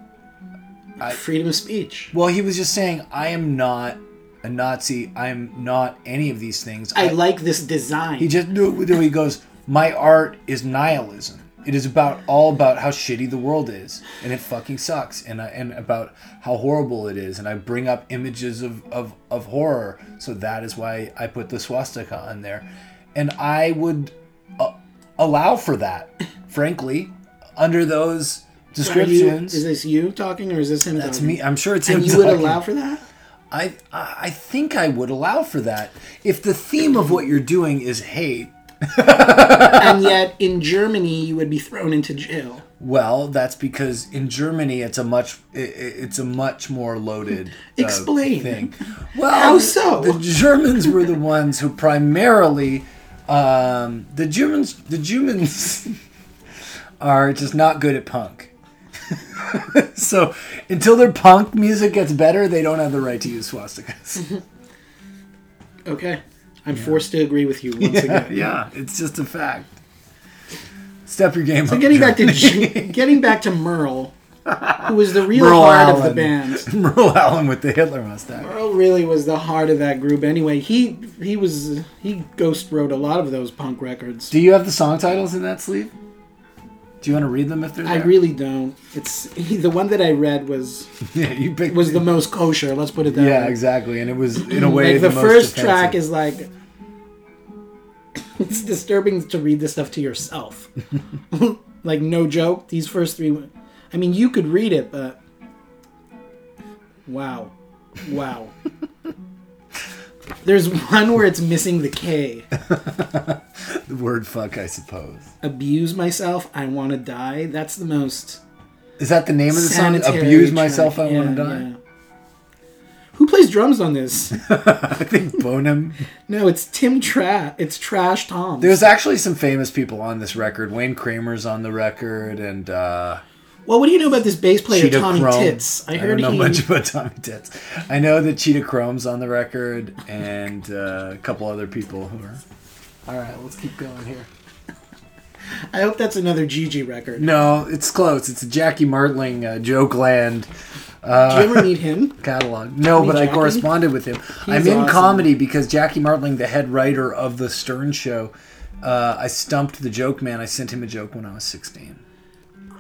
[SPEAKER 2] Freedom of speech.
[SPEAKER 1] well, he was just saying, I am not a Nazi. I'm not any of these things.
[SPEAKER 2] I like this design.
[SPEAKER 1] He just no, no, he goes, My art is nihilism. It is about all about how shitty the world is, and it fucking sucks, and I, and about how horrible it is, and I bring up images of, of, of horror, so that is why I put the swastika on there, and I would uh, allow for that, frankly, under those
[SPEAKER 2] Are you-
[SPEAKER 1] descriptions.
[SPEAKER 2] is this you talking or is this him
[SPEAKER 1] That's
[SPEAKER 2] talking?
[SPEAKER 1] me. I'm sure it's him
[SPEAKER 2] And you would
[SPEAKER 1] talking.
[SPEAKER 2] allow for that?
[SPEAKER 1] I I I think I would allow for that if the theme of what you're doing is hate.
[SPEAKER 2] and yet, in Germany, you would be thrown into jail.
[SPEAKER 1] Well, that's because in Germany it's a much i- i- it's a much more loaded uh,
[SPEAKER 2] Explain.
[SPEAKER 1] thing. Well,
[SPEAKER 2] How so?
[SPEAKER 1] The Germans were the ones who primarily um, the Germans the Germans are just not good at punk. so until their punk music gets better, they don't have the right to use swastikas.
[SPEAKER 2] Okay. I'm forced to agree with you once again.
[SPEAKER 1] yeah, it's just a fact. Step your game up.
[SPEAKER 2] So getting back to
[SPEAKER 1] Germany.
[SPEAKER 2] G- getting back to Merle, who was the real
[SPEAKER 1] Merle
[SPEAKER 2] heart of the
[SPEAKER 1] Allen.
[SPEAKER 2] band.
[SPEAKER 1] Merle Allen with the Hitler mustache.
[SPEAKER 2] Merle really was the heart of that group. Anyway, he he was he ghost wrote a lot of those punk records.
[SPEAKER 1] Do you have the song titles in that sleeve? Do you want to read them if they're
[SPEAKER 2] I
[SPEAKER 1] there?
[SPEAKER 2] really don't. It's he, the one that I read was
[SPEAKER 1] yeah, you picked
[SPEAKER 2] was the most kosher. Let's put it that
[SPEAKER 1] yeah
[SPEAKER 2] way.
[SPEAKER 1] exactly, and it was in a way
[SPEAKER 2] like the,
[SPEAKER 1] most
[SPEAKER 2] first
[SPEAKER 1] offensive.
[SPEAKER 2] track is like it's disturbing to read this stuff to yourself. like no joke. These first three, I mean, you could read it, but Wow. Wow. There's one where it's missing the K.
[SPEAKER 1] The word fuck, I suppose.
[SPEAKER 2] Abuse myself, I want to die. That's the most
[SPEAKER 1] Is that the name of the song?
[SPEAKER 2] sanitary
[SPEAKER 1] Abuse
[SPEAKER 2] track.
[SPEAKER 1] myself, I
[SPEAKER 2] Yeah,
[SPEAKER 1] want to die.
[SPEAKER 2] yeah. Who plays drums on this?
[SPEAKER 1] I think Bonham.
[SPEAKER 2] No, it's Tim Trash. It's Trash Tom.
[SPEAKER 1] There's actually some famous people on this record. Wayne Kramer's on the record, and uh,
[SPEAKER 2] well, what do you know about this bass player
[SPEAKER 1] Cheetah
[SPEAKER 2] Tommy
[SPEAKER 1] Chrome.
[SPEAKER 2] Tits? I
[SPEAKER 1] I,
[SPEAKER 2] heard
[SPEAKER 1] don't know
[SPEAKER 2] he.
[SPEAKER 1] much about Tommy Tits. I know that Cheetah Chrome's on the record, and uh, a couple other people who are.
[SPEAKER 2] All right, let's keep going here. I hope that's another Gigi record.
[SPEAKER 1] No, it's close. It's a Jackie Martling, uh, Joe Gland Uh,
[SPEAKER 2] Do you ever meet him?
[SPEAKER 1] catalog. No,
[SPEAKER 2] Hey,
[SPEAKER 1] but I
[SPEAKER 2] Jackie.
[SPEAKER 1] corresponded with him. I'm in
[SPEAKER 2] awesome.
[SPEAKER 1] comedy because Jackie Martling, the head writer of the Stern Show, uh, I stumped the joke man. I sent him a joke when I was 16.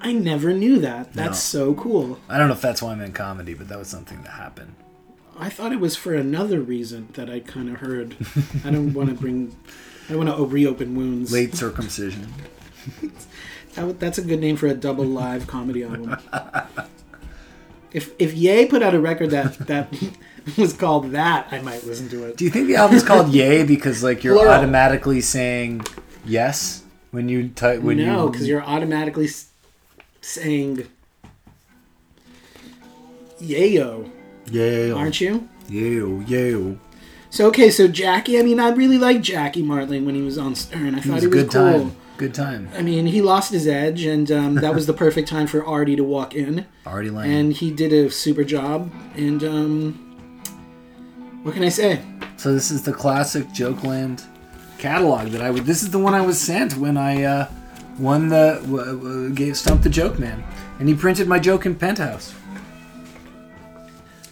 [SPEAKER 2] I never knew that. That's so cool.
[SPEAKER 1] I don't know if that's why I'm in comedy, but that was something that happened.
[SPEAKER 2] I thought it was for another reason that I kind of heard. I don't want to bring. I want to reopen wounds.
[SPEAKER 1] Late circumcision.
[SPEAKER 2] That would- that's a good name for a double live comedy album. if if Ye put out a record that that was called that, I might listen to it.
[SPEAKER 1] Do you think the album's called Yay because like you're
[SPEAKER 2] Plural.
[SPEAKER 1] automatically saying yes when you type when
[SPEAKER 2] no,
[SPEAKER 1] you
[SPEAKER 2] because you're automatically s- saying yayo,
[SPEAKER 1] Yale.
[SPEAKER 2] aren't you?
[SPEAKER 1] Yale, Yale.
[SPEAKER 2] So okay, so Jackie. I mean, I really liked Jackie Martling when he was on Stern. I
[SPEAKER 1] It
[SPEAKER 2] thought
[SPEAKER 1] was
[SPEAKER 2] he
[SPEAKER 1] a
[SPEAKER 2] was
[SPEAKER 1] good
[SPEAKER 2] cool.
[SPEAKER 1] time. Good time.
[SPEAKER 2] I mean, he lost his edge, and um, that was the perfect time for Artie to walk in.
[SPEAKER 1] Already lame.
[SPEAKER 2] And he did a super job. And um, what can I say?
[SPEAKER 1] So this is the classic Jokeland catalog that I would. This is the one I was sent when I uh, won the w- w- gave Stump the Joke Man, and he printed my joke in Penthouse.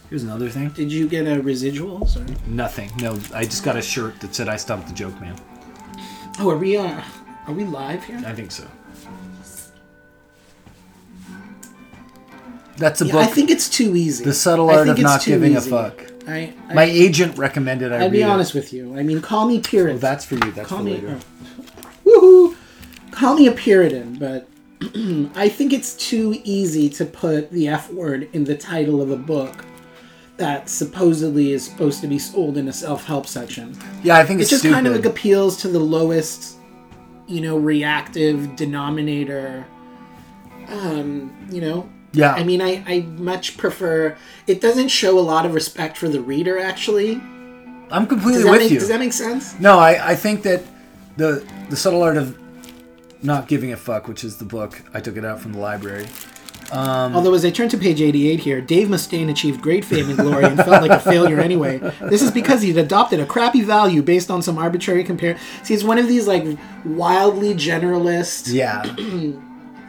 [SPEAKER 1] Here's another thing.
[SPEAKER 2] Did you get a residual? Sorry.
[SPEAKER 1] Nothing. No, I just got a shirt that said I stumped the Joke Man.
[SPEAKER 2] Oh, are we uh, are we live here?
[SPEAKER 1] I think so. That's a
[SPEAKER 2] Yeah,
[SPEAKER 1] book.
[SPEAKER 2] I think it's too easy.
[SPEAKER 1] the subtle
[SPEAKER 2] I
[SPEAKER 1] art
[SPEAKER 2] think
[SPEAKER 1] of
[SPEAKER 2] it's
[SPEAKER 1] not
[SPEAKER 2] too
[SPEAKER 1] giving
[SPEAKER 2] easy.
[SPEAKER 1] a fuck.
[SPEAKER 2] I, I
[SPEAKER 1] My agent recommended I
[SPEAKER 2] I'll
[SPEAKER 1] read
[SPEAKER 2] be
[SPEAKER 1] it.
[SPEAKER 2] honest with you. I mean, call me Puritan.
[SPEAKER 1] Well, that's for you. That's
[SPEAKER 2] call
[SPEAKER 1] for
[SPEAKER 2] me.
[SPEAKER 1] later.
[SPEAKER 2] Oh. Woohoo! Call me a Puritan, but I think it's too easy to put the F word in the title of a book that supposedly is supposed to be sold in a self-help section.
[SPEAKER 1] Yeah, I think
[SPEAKER 2] It
[SPEAKER 1] it's,
[SPEAKER 2] just
[SPEAKER 1] stupid.
[SPEAKER 2] kind of like appeals to the lowest, you know, reactive denominator. Um, you know,
[SPEAKER 1] yeah.
[SPEAKER 2] I mean, I, I much prefer. It doesn't show a lot of respect for the reader, actually.
[SPEAKER 1] I'm completely
[SPEAKER 2] Does that,
[SPEAKER 1] with
[SPEAKER 2] make,
[SPEAKER 1] you.
[SPEAKER 2] does that make sense?
[SPEAKER 1] No, I, I think that the the subtle art of not giving a fuck, which is the book I took it out from the library.
[SPEAKER 2] Although, as I turn to page 88 here, Dave Mustaine achieved great fame and glory and felt like a failure anyway. This is because he'd adopted a crappy value based on some arbitrary compare. See, it's one of these, like, wildly generalist,
[SPEAKER 1] Yeah,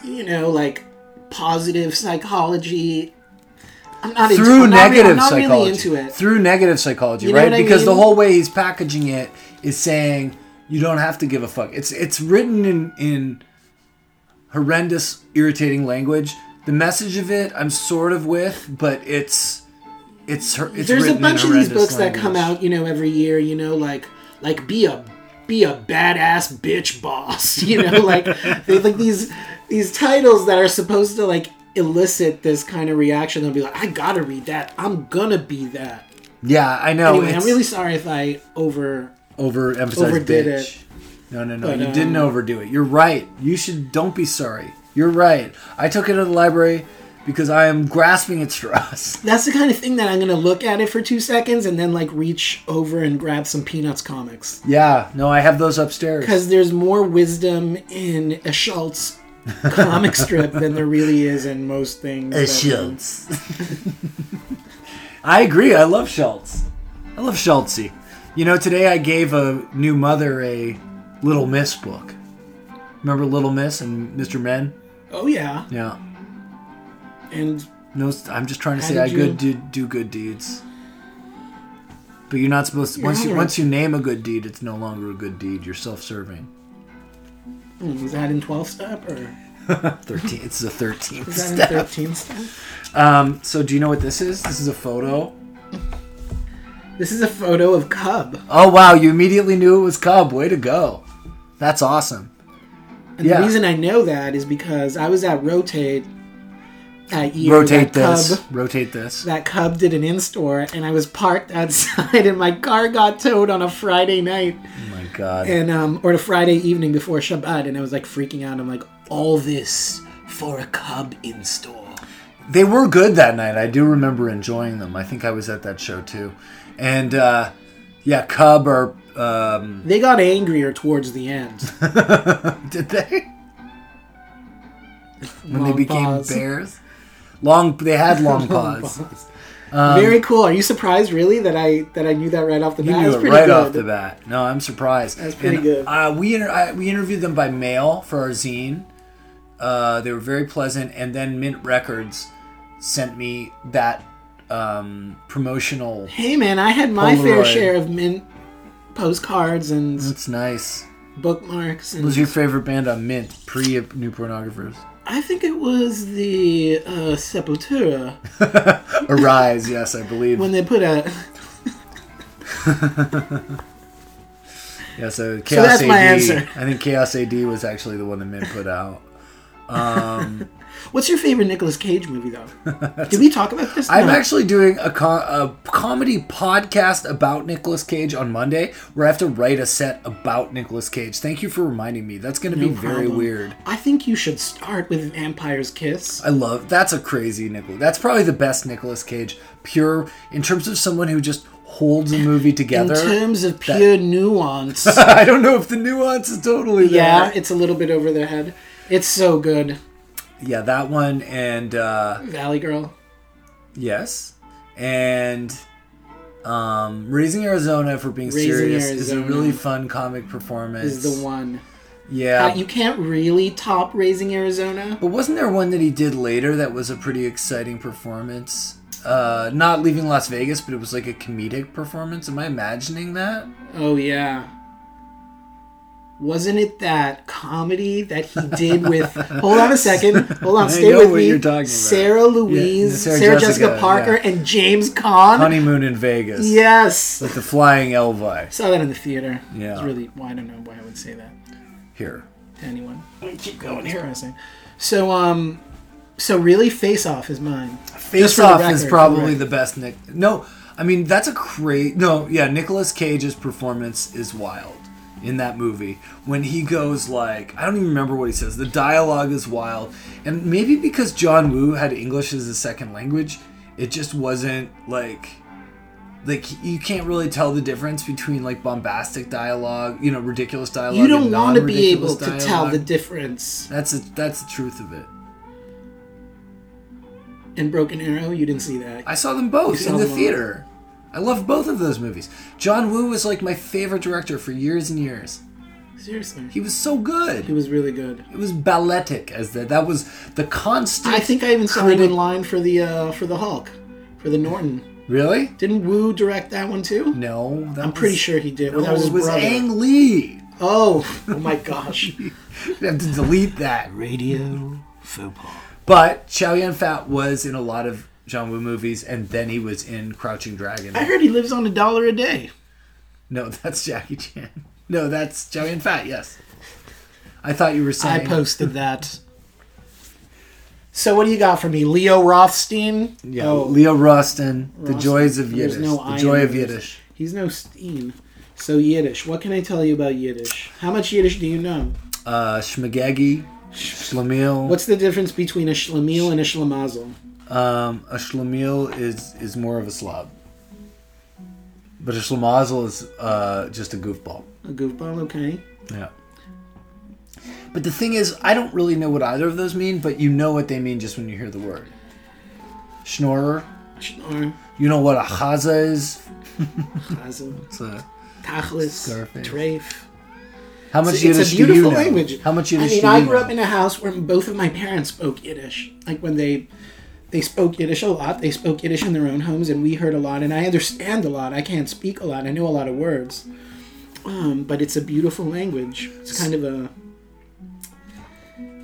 [SPEAKER 2] you know, like, positive psychology. I'm not into,
[SPEAKER 1] through
[SPEAKER 2] I'm not re-
[SPEAKER 1] negative
[SPEAKER 2] I'm not
[SPEAKER 1] psychology.
[SPEAKER 2] really into it.
[SPEAKER 1] Through negative psychology,
[SPEAKER 2] You know
[SPEAKER 1] right?
[SPEAKER 2] what I
[SPEAKER 1] Because the
[SPEAKER 2] mean?
[SPEAKER 1] whole way he's packaging it is saying you don't have to give a fuck. It's it's written in in horrendous, irritating language. The message of it, I'm sort of with, but it's it's her- it's
[SPEAKER 2] there's a
[SPEAKER 1] written in
[SPEAKER 2] bunch of these
[SPEAKER 1] horrendous
[SPEAKER 2] books that come
[SPEAKER 1] language.
[SPEAKER 2] out you know every year you know like like be a be a badass bitch boss you know like they like these these titles that are supposed to like elicit this kind of reaction they'll be like i gotta read that i'm gonna be that
[SPEAKER 1] Yeah, I know.
[SPEAKER 2] anyway i'm
[SPEAKER 1] Oh, it's-
[SPEAKER 2] really sorry if i over
[SPEAKER 1] overemphasize
[SPEAKER 2] Overdid
[SPEAKER 1] bitch.
[SPEAKER 2] it.
[SPEAKER 1] No, no, no.
[SPEAKER 2] But,
[SPEAKER 1] you didn't
[SPEAKER 2] um,
[SPEAKER 1] overdo it. You're right. You should don't be sorry. You're right. I took it to the library because I am grasping at straws.
[SPEAKER 2] that's the kind of thing that i'm gonna look at it for two seconds and then like reach over and grab some peanuts comics
[SPEAKER 1] yeah. No, I have those upstairs.
[SPEAKER 2] because there's more wisdom in a Schultz comic strip than there really is in most things. that-
[SPEAKER 1] I agree. I love Schultz. I love Schultzy. You know, today I gave a new mother a Little Miss book. Remember Little Miss and Mr. Men?
[SPEAKER 2] Oh yeah,
[SPEAKER 1] Yeah.
[SPEAKER 2] and
[SPEAKER 1] No, s- I'm just trying to
[SPEAKER 2] How
[SPEAKER 1] say
[SPEAKER 2] did
[SPEAKER 1] I good
[SPEAKER 2] you-
[SPEAKER 1] do, do good deeds. But you're not supposed to. once you
[SPEAKER 2] not right.
[SPEAKER 1] once you name a good deed, it's no longer a good deed. You're self-serving.
[SPEAKER 2] hmm, was that in 12 step or
[SPEAKER 1] Thirteen. it's the thirteenth
[SPEAKER 2] was that in
[SPEAKER 1] step.
[SPEAKER 2] 13 step?
[SPEAKER 1] Um. So do you know what this is? This is a photo.
[SPEAKER 2] This is a photo of Cub,
[SPEAKER 1] Oh wow! You immediately knew it was Cub. Way to go. That's awesome.
[SPEAKER 2] and
[SPEAKER 1] Yeah.
[SPEAKER 2] the reason I know that is because I was at Rotate. uh, year,
[SPEAKER 1] Rotate
[SPEAKER 2] that
[SPEAKER 1] this.
[SPEAKER 2] Cub,
[SPEAKER 1] Rotate this.
[SPEAKER 2] that Cub did an in store, and I was parked outside, and my car got towed on a Friday night,
[SPEAKER 1] Oh my god.
[SPEAKER 2] and um, or the Friday evening before Shabbat, and I was like freaking out. I'm like, all this for a Cub in store.
[SPEAKER 1] They were good that night. I do remember enjoying them. I think I was at that show too. And uh, yeah, Cub or um,
[SPEAKER 2] They got angrier towards the end.
[SPEAKER 1] did they when they
[SPEAKER 2] Long
[SPEAKER 1] became
[SPEAKER 2] pause.
[SPEAKER 1] bears? Long they had long paws.
[SPEAKER 2] Very cool. Are you surprised, really, that I that I knew that right off the
[SPEAKER 1] Um, You
[SPEAKER 2] bat?
[SPEAKER 1] knew
[SPEAKER 2] It's
[SPEAKER 1] it
[SPEAKER 2] pretty
[SPEAKER 1] right
[SPEAKER 2] good.
[SPEAKER 1] off the bat. No, I'm surprised.
[SPEAKER 2] That's pretty
[SPEAKER 1] And,
[SPEAKER 2] good.
[SPEAKER 1] Uh, we inter- I, we interviewed them by mail for our zine. Uh, they were very pleasant, and then Mint Records sent me that um, promotional.
[SPEAKER 2] Hey, man, I had my fair
[SPEAKER 1] Polaroid.
[SPEAKER 2] share of mint postcards and
[SPEAKER 1] That's nice.
[SPEAKER 2] bookmarks. And
[SPEAKER 1] What was your favorite band on Mint pre New Pornographers?
[SPEAKER 2] I think it was the uh, Sepultura
[SPEAKER 1] Arise, yes, I believe.
[SPEAKER 2] when they put a.
[SPEAKER 1] Yeah, so uh, Chaos
[SPEAKER 2] that's
[SPEAKER 1] AD.
[SPEAKER 2] my answer.
[SPEAKER 1] I think Chaos AD was actually the one that Mint put out.
[SPEAKER 2] What's your favorite Nicolas Cage movie, though? Did we talk about this?
[SPEAKER 1] I'm
[SPEAKER 2] No.
[SPEAKER 1] actually doing a, co a comedy podcast about Nicolas Cage on Monday, where I have to write a set about Nicolas Cage. Thank you for reminding me. That's going to be very
[SPEAKER 2] problem.
[SPEAKER 1] weird.
[SPEAKER 2] I think you should start with an Empire's Kiss.
[SPEAKER 1] I love that's a crazy Nicolas. That's probably the best Nicolas Cage, pure in terms of someone who just holds a movie
[SPEAKER 2] In
[SPEAKER 1] together.
[SPEAKER 2] terms of pure nuance,
[SPEAKER 1] I don't know if the nuance is totally there.
[SPEAKER 2] yeah, it's a little bit over their head. It's so good.
[SPEAKER 1] yeah, that one and. uh
[SPEAKER 2] Valley Girl.
[SPEAKER 1] Yes. And um, Raising Arizona for being
[SPEAKER 2] Raising
[SPEAKER 1] serious is a
[SPEAKER 2] Arizona.
[SPEAKER 1] really fun comic performance.
[SPEAKER 2] is the one.
[SPEAKER 1] Yeah.
[SPEAKER 2] Uh, you can't really top Raising Arizona.
[SPEAKER 1] but wasn't there one that he did later that was a pretty exciting performance? Uh, not leaving Las Vegas, but it was like a comedic performance. Am I imagining that?
[SPEAKER 2] Oh yeah. Wasn't it that comedy that he did with? hold on a second. Hold on. Stay
[SPEAKER 1] know
[SPEAKER 2] with
[SPEAKER 1] what
[SPEAKER 2] me.
[SPEAKER 1] you're talking about.
[SPEAKER 2] Sarah Louise,
[SPEAKER 1] Sarah
[SPEAKER 2] Sarah, Jessica,
[SPEAKER 1] Jessica,
[SPEAKER 2] Parker,
[SPEAKER 1] yeah.
[SPEAKER 2] and James Caan.
[SPEAKER 1] Honeymoon in Vegas.
[SPEAKER 2] Yes.
[SPEAKER 1] With the flying Elvi
[SPEAKER 2] Saw that in the theater.
[SPEAKER 1] Yeah.
[SPEAKER 2] It's really. Well, I don't know why I would say that
[SPEAKER 1] here.
[SPEAKER 2] to anyone. Keep going here. So um, so really, Face Off is mine.
[SPEAKER 1] Face
[SPEAKER 2] Just for the
[SPEAKER 1] Off is
[SPEAKER 2] record,
[SPEAKER 1] probably
[SPEAKER 2] correct.
[SPEAKER 1] the best Nick. No, I mean that's a crazy. No, yeah, Nicolas Cage's performance is wild in that movie when he goes like I don't even remember what he says. The dialogue is wild, and maybe because John Woo had English as a second language, it just wasn't like like you can't really tell the difference between like bombastic dialogue, you know, ridiculous dialogue.
[SPEAKER 2] You don't
[SPEAKER 1] want to
[SPEAKER 2] be able to tell the difference.
[SPEAKER 1] That's a, that's the truth of it.
[SPEAKER 2] In Broken Arrow, you didn't see that.
[SPEAKER 1] I saw them both
[SPEAKER 2] saw
[SPEAKER 1] in the
[SPEAKER 2] them all.
[SPEAKER 1] theater. I love both of those movies. John Woo was like my favorite director for years and years.
[SPEAKER 2] Seriously.
[SPEAKER 1] He was so good.
[SPEAKER 2] It was really good.
[SPEAKER 1] It was balletic as that. That was the constant.
[SPEAKER 2] I think I even saw it in line for the uh, for the Hulk, for the Norton.
[SPEAKER 1] really?
[SPEAKER 2] Didn't Wu direct that one too?
[SPEAKER 1] No, that
[SPEAKER 2] I'm pretty sure he did. Well,
[SPEAKER 1] that
[SPEAKER 2] that was his
[SPEAKER 1] was
[SPEAKER 2] brother.
[SPEAKER 1] Ang Lee.
[SPEAKER 2] Oh, oh my gosh.
[SPEAKER 1] We have to delete that.
[SPEAKER 2] Radio faux pas.
[SPEAKER 1] But Chow Yun Fat was in a lot of John Woo movies, and then he was in Crouching Dragon.
[SPEAKER 2] I heard he lives on a dollar a day.
[SPEAKER 1] No, that's Jackie Chan. No, that's Chow Yun Fat. Yes. I thought you were
[SPEAKER 2] I
[SPEAKER 1] saying.
[SPEAKER 2] posted that. So what do you got for me, Leo Rothstein?
[SPEAKER 1] Yeah,
[SPEAKER 2] Oh,
[SPEAKER 1] Leo Rustin, The Joys of
[SPEAKER 2] there's
[SPEAKER 1] Yiddish.
[SPEAKER 2] no I
[SPEAKER 1] the
[SPEAKER 2] in
[SPEAKER 1] Joy of
[SPEAKER 2] those.
[SPEAKER 1] Yiddish.
[SPEAKER 2] He's no Steen. So Yiddish. What can I tell you about Yiddish? How much Yiddish do you know?
[SPEAKER 1] Uh, Shmagegi, Shlemiel.
[SPEAKER 2] What's the difference between a shlemiel and a shlemazel?
[SPEAKER 1] Um, a Shlemiel is, is more of a slob. But a Shlemazel is uh, just a goofball.
[SPEAKER 2] A goofball, okay.
[SPEAKER 1] Yeah. But the thing is, I don't really know what either of those mean, but you know what they mean just when you hear the word. Schnorrer.
[SPEAKER 2] Schnorr,
[SPEAKER 1] You know what a chaza is?
[SPEAKER 2] chazel,
[SPEAKER 1] It's a-
[SPEAKER 2] tachlis,
[SPEAKER 1] Scarface.
[SPEAKER 2] treif.
[SPEAKER 1] how much
[SPEAKER 2] It's,
[SPEAKER 1] Yiddish
[SPEAKER 2] a beautiful
[SPEAKER 1] do you know?
[SPEAKER 2] language.
[SPEAKER 1] How much Yiddish
[SPEAKER 2] I mean,
[SPEAKER 1] do you
[SPEAKER 2] I grew
[SPEAKER 1] know?
[SPEAKER 2] up in a house where both of my parents spoke Yiddish. Like when they they spoke Yiddish a lot. They spoke Yiddish in their own homes, and we heard a lot. And I understand a lot. I can't speak a lot. I know a lot of words. Um, but it's a beautiful language. It's kind of a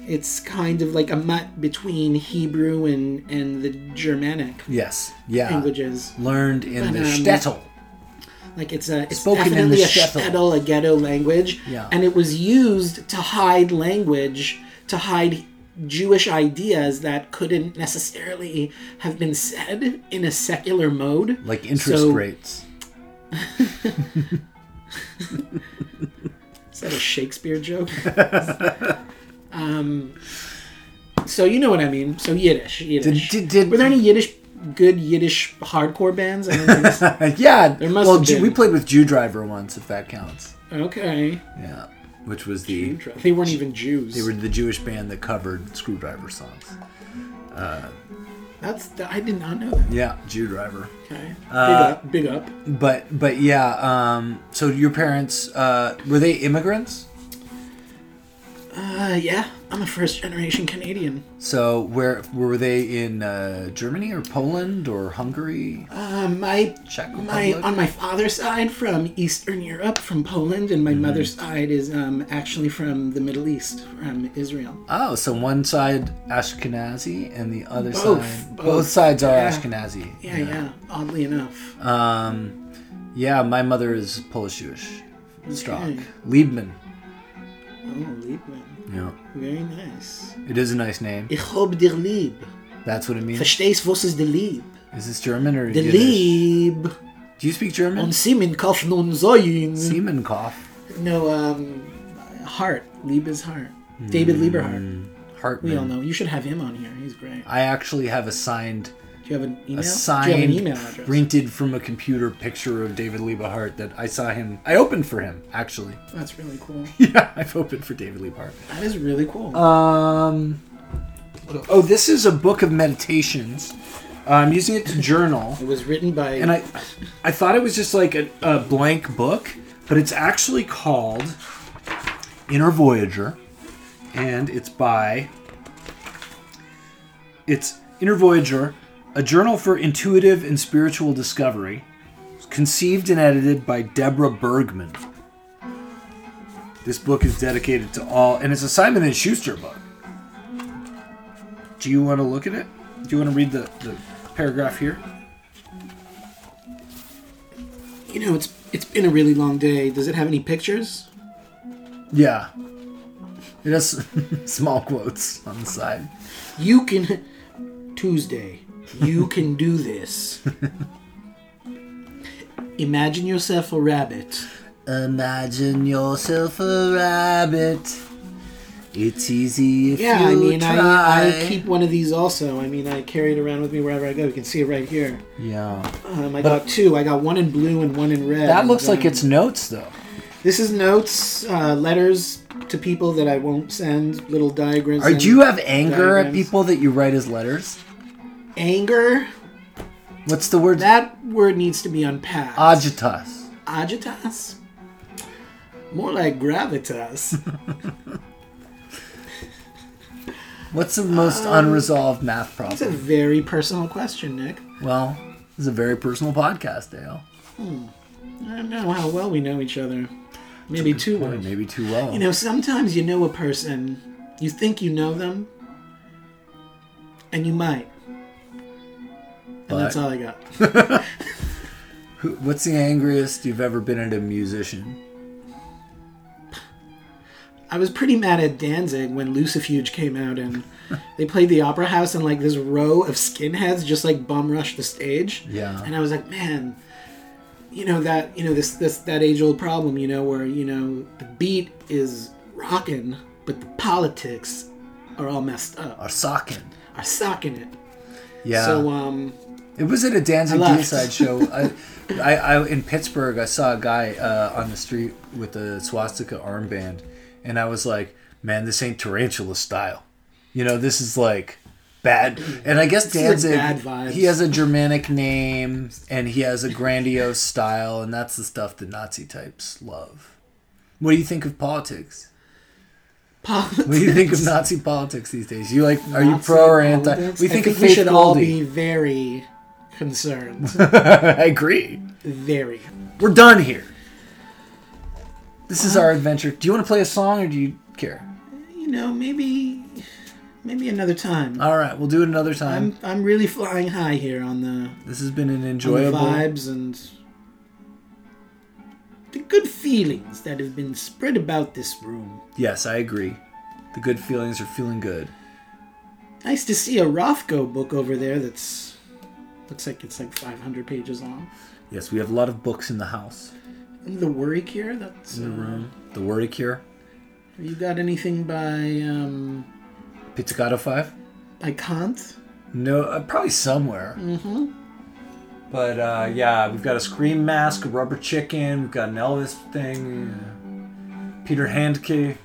[SPEAKER 2] it's kind of like a mutt between Hebrew and, and the Germanic
[SPEAKER 1] yes. Yeah.
[SPEAKER 2] languages.
[SPEAKER 1] Learned in the
[SPEAKER 2] um,
[SPEAKER 1] shtetl.
[SPEAKER 2] Like it's a it's
[SPEAKER 1] Spoken in
[SPEAKER 2] definitely
[SPEAKER 1] the
[SPEAKER 2] a
[SPEAKER 1] shtetl.
[SPEAKER 2] shtetl, a ghetto language,
[SPEAKER 1] Yeah.
[SPEAKER 2] and it was used to hide language, to hide Jewish ideas that couldn't necessarily have been said in a secular mode.
[SPEAKER 1] Like interest
[SPEAKER 2] So-
[SPEAKER 1] rates.
[SPEAKER 2] Is that a Shakespeare joke? um, so you know what I mean. So Yiddish, Yiddish.
[SPEAKER 1] Did- did-
[SPEAKER 2] Were there any Yiddish good Yiddish hardcore bands? I don't think so.
[SPEAKER 1] yeah. There
[SPEAKER 2] must
[SPEAKER 1] well,
[SPEAKER 2] have
[SPEAKER 1] Ju-
[SPEAKER 2] been.
[SPEAKER 1] we played with Jew Driver once, if that counts.
[SPEAKER 2] okay,
[SPEAKER 1] Yeah. Which was the
[SPEAKER 2] they weren't even Jews.
[SPEAKER 1] they were the Jewish band that covered Screwdriver songs.
[SPEAKER 2] That's I did not know that.
[SPEAKER 1] Yeah, Jew Driver.
[SPEAKER 2] Okay,
[SPEAKER 1] Uh,
[SPEAKER 2] big up, big up.
[SPEAKER 1] But but yeah. Um. So your parents uh were they immigrants?
[SPEAKER 2] Uh, yeah, I'm a first generation Canadian.
[SPEAKER 1] So where were they in uh, Germany or Poland or Hungary?
[SPEAKER 2] Uh, my
[SPEAKER 1] Czech
[SPEAKER 2] my
[SPEAKER 1] Republic?
[SPEAKER 2] on my father's side from Eastern Europe, from Poland, and my mother's side is um, actually from the Middle East, from Israel.
[SPEAKER 1] Oh, so one side Ashkenazi and the other
[SPEAKER 2] Both,
[SPEAKER 1] side both,
[SPEAKER 2] both,
[SPEAKER 1] sides are
[SPEAKER 2] yeah.
[SPEAKER 1] Ashkenazi.
[SPEAKER 2] Yeah, yeah. Oddly enough,
[SPEAKER 1] Um, yeah, my mother is Polish Jewish. Stock.
[SPEAKER 2] Okay.
[SPEAKER 1] Liebman.
[SPEAKER 2] oh, Liebman,
[SPEAKER 1] Yeah.
[SPEAKER 2] very nice.
[SPEAKER 1] It is a nice name.
[SPEAKER 2] Ich hab dir lieb.
[SPEAKER 1] That's what it means.
[SPEAKER 2] Verstehst was ist der Lieb?
[SPEAKER 1] Is this German or
[SPEAKER 2] Der
[SPEAKER 1] Yiddish?
[SPEAKER 2] Lieb.
[SPEAKER 1] Do you speak
[SPEAKER 2] Und
[SPEAKER 1] German?
[SPEAKER 2] sie min Kauf nun sein.
[SPEAKER 1] Siemenkoff.
[SPEAKER 2] No, um, Hart. Lieb is Hart. David Lieberhart. We all
[SPEAKER 1] Hartman.
[SPEAKER 2] know. You should have him on here. He's great.
[SPEAKER 1] I actually have a signed,
[SPEAKER 2] Do you have an email?
[SPEAKER 1] a
[SPEAKER 2] Do you have
[SPEAKER 1] signed,
[SPEAKER 2] an email address?
[SPEAKER 1] printed from a computer picture of David Liebehart that I saw him. I opened for him actually.
[SPEAKER 2] That's really cool.
[SPEAKER 1] yeah, I've opened for David Liebehart.
[SPEAKER 2] That is really cool.
[SPEAKER 1] Um, oh, this is a book of meditations. I'm using it to journal,
[SPEAKER 2] it was written by.
[SPEAKER 1] and I, I thought it was just like a, a blank book, but it's actually called Inner Voyager, and it's by. It's Inner Voyager, a journal for intuitive and spiritual discovery, conceived and edited by Deborah Bergman. This book is dedicated to all, and it's a Simon and Schuster book. Do you want to look at it? Do you want to read the, the paragraph here?
[SPEAKER 2] you know, it's it's been a really long day. Does it have any pictures?
[SPEAKER 1] Yeah. It has small quotes on the side.
[SPEAKER 2] You can. Tuesday. You can do this. Imagine yourself a rabbit.
[SPEAKER 1] Imagine yourself a rabbit. It's easy if
[SPEAKER 2] Yeah,
[SPEAKER 1] you
[SPEAKER 2] I mean,
[SPEAKER 1] try.
[SPEAKER 2] I, I keep one of these also. I mean, I carry it around with me wherever I go. You can see it right here.
[SPEAKER 1] Yeah.
[SPEAKER 2] Um, I got two. I got one in blue and one in red.
[SPEAKER 1] That
[SPEAKER 2] And,
[SPEAKER 1] looks like
[SPEAKER 2] um,
[SPEAKER 1] it's notes, though.
[SPEAKER 2] This is notes, uh, letters to people that I won't send, little diagrams.
[SPEAKER 1] Are,
[SPEAKER 2] and
[SPEAKER 1] do you have anger at
[SPEAKER 2] diagrams.
[SPEAKER 1] people that you write as letters?
[SPEAKER 2] anger?
[SPEAKER 1] What's the word?
[SPEAKER 2] That word needs to be unpacked.
[SPEAKER 1] Agitas.
[SPEAKER 2] Agitas? More like gravitas.
[SPEAKER 1] What's the most unresolved math
[SPEAKER 2] Um, It's a
[SPEAKER 1] problem?
[SPEAKER 2] very personal question, Nick.
[SPEAKER 1] Well, this is a very personal podcast, Dale.
[SPEAKER 2] I don't know how well we know each other. Maybe too well.
[SPEAKER 1] Maybe too well.
[SPEAKER 2] You know, sometimes you know a person, you think you know them, and you might. And that's
[SPEAKER 1] But-
[SPEAKER 2] all I got.
[SPEAKER 1] Who- What's the angriest you've ever been at a musician?
[SPEAKER 2] I was pretty mad at Danzig when Lucifuge came out and they played the Opera House and like this row of skinheads just like bum rushed the stage.
[SPEAKER 1] Yeah.
[SPEAKER 2] And I was like, man, you know that you know this this that age old problem, you know, where you know the beat is rocking, but the politics are all messed up,
[SPEAKER 1] Or socking?
[SPEAKER 2] are sucking it.
[SPEAKER 1] Yeah.
[SPEAKER 2] So um,
[SPEAKER 1] It was at a Danzig
[SPEAKER 2] I left.
[SPEAKER 1] Deicide show. I, I, I, in Pittsburgh, I saw a guy uh, on the street with a swastika armband, and I was like, "Man, this ain't tarantula style. You know, this is like bad." And I guess
[SPEAKER 2] like
[SPEAKER 1] Danzig,
[SPEAKER 2] bad vibes.
[SPEAKER 1] he has a Germanic name, and he has a grandiose style, and that's the stuff that Nazi types love. What do you think of politics?
[SPEAKER 2] politics.
[SPEAKER 1] What do you think of Nazi politics these days? You like? Are you pro or anti?
[SPEAKER 2] politics?
[SPEAKER 1] We think,
[SPEAKER 2] I
[SPEAKER 1] of
[SPEAKER 2] think
[SPEAKER 1] Faith
[SPEAKER 2] we should all
[SPEAKER 1] Goldie.
[SPEAKER 2] be very concerned.
[SPEAKER 1] I agree.
[SPEAKER 2] very.
[SPEAKER 1] We're done here. This is our adventure. Do you want to play a song or do you care?
[SPEAKER 2] You know, maybe maybe another time.
[SPEAKER 1] All right, we'll do it another time.
[SPEAKER 2] I'm I'm really flying high here on the,
[SPEAKER 1] this has been an
[SPEAKER 2] on the
[SPEAKER 1] enjoyable.
[SPEAKER 2] vibes and the good feelings that have been spread about this room.
[SPEAKER 1] Yes, I agree. The good feelings are feeling good.
[SPEAKER 2] Nice to see a Rothko book over there. That's looks like it's like 500 pages long.
[SPEAKER 1] Yes, we have a lot of books in the house.
[SPEAKER 2] And the Worry Cure. That's uh,
[SPEAKER 1] The Wordy Cure,
[SPEAKER 2] have you got anything by um,
[SPEAKER 1] Pizzicato 5.
[SPEAKER 2] by Kant?
[SPEAKER 1] No, uh, probably somewhere. Mm-hmm. But uh, yeah, we've got a Scream Mask, a Rubber Chicken, we've got an Elvis thing, uh, Peter Handke,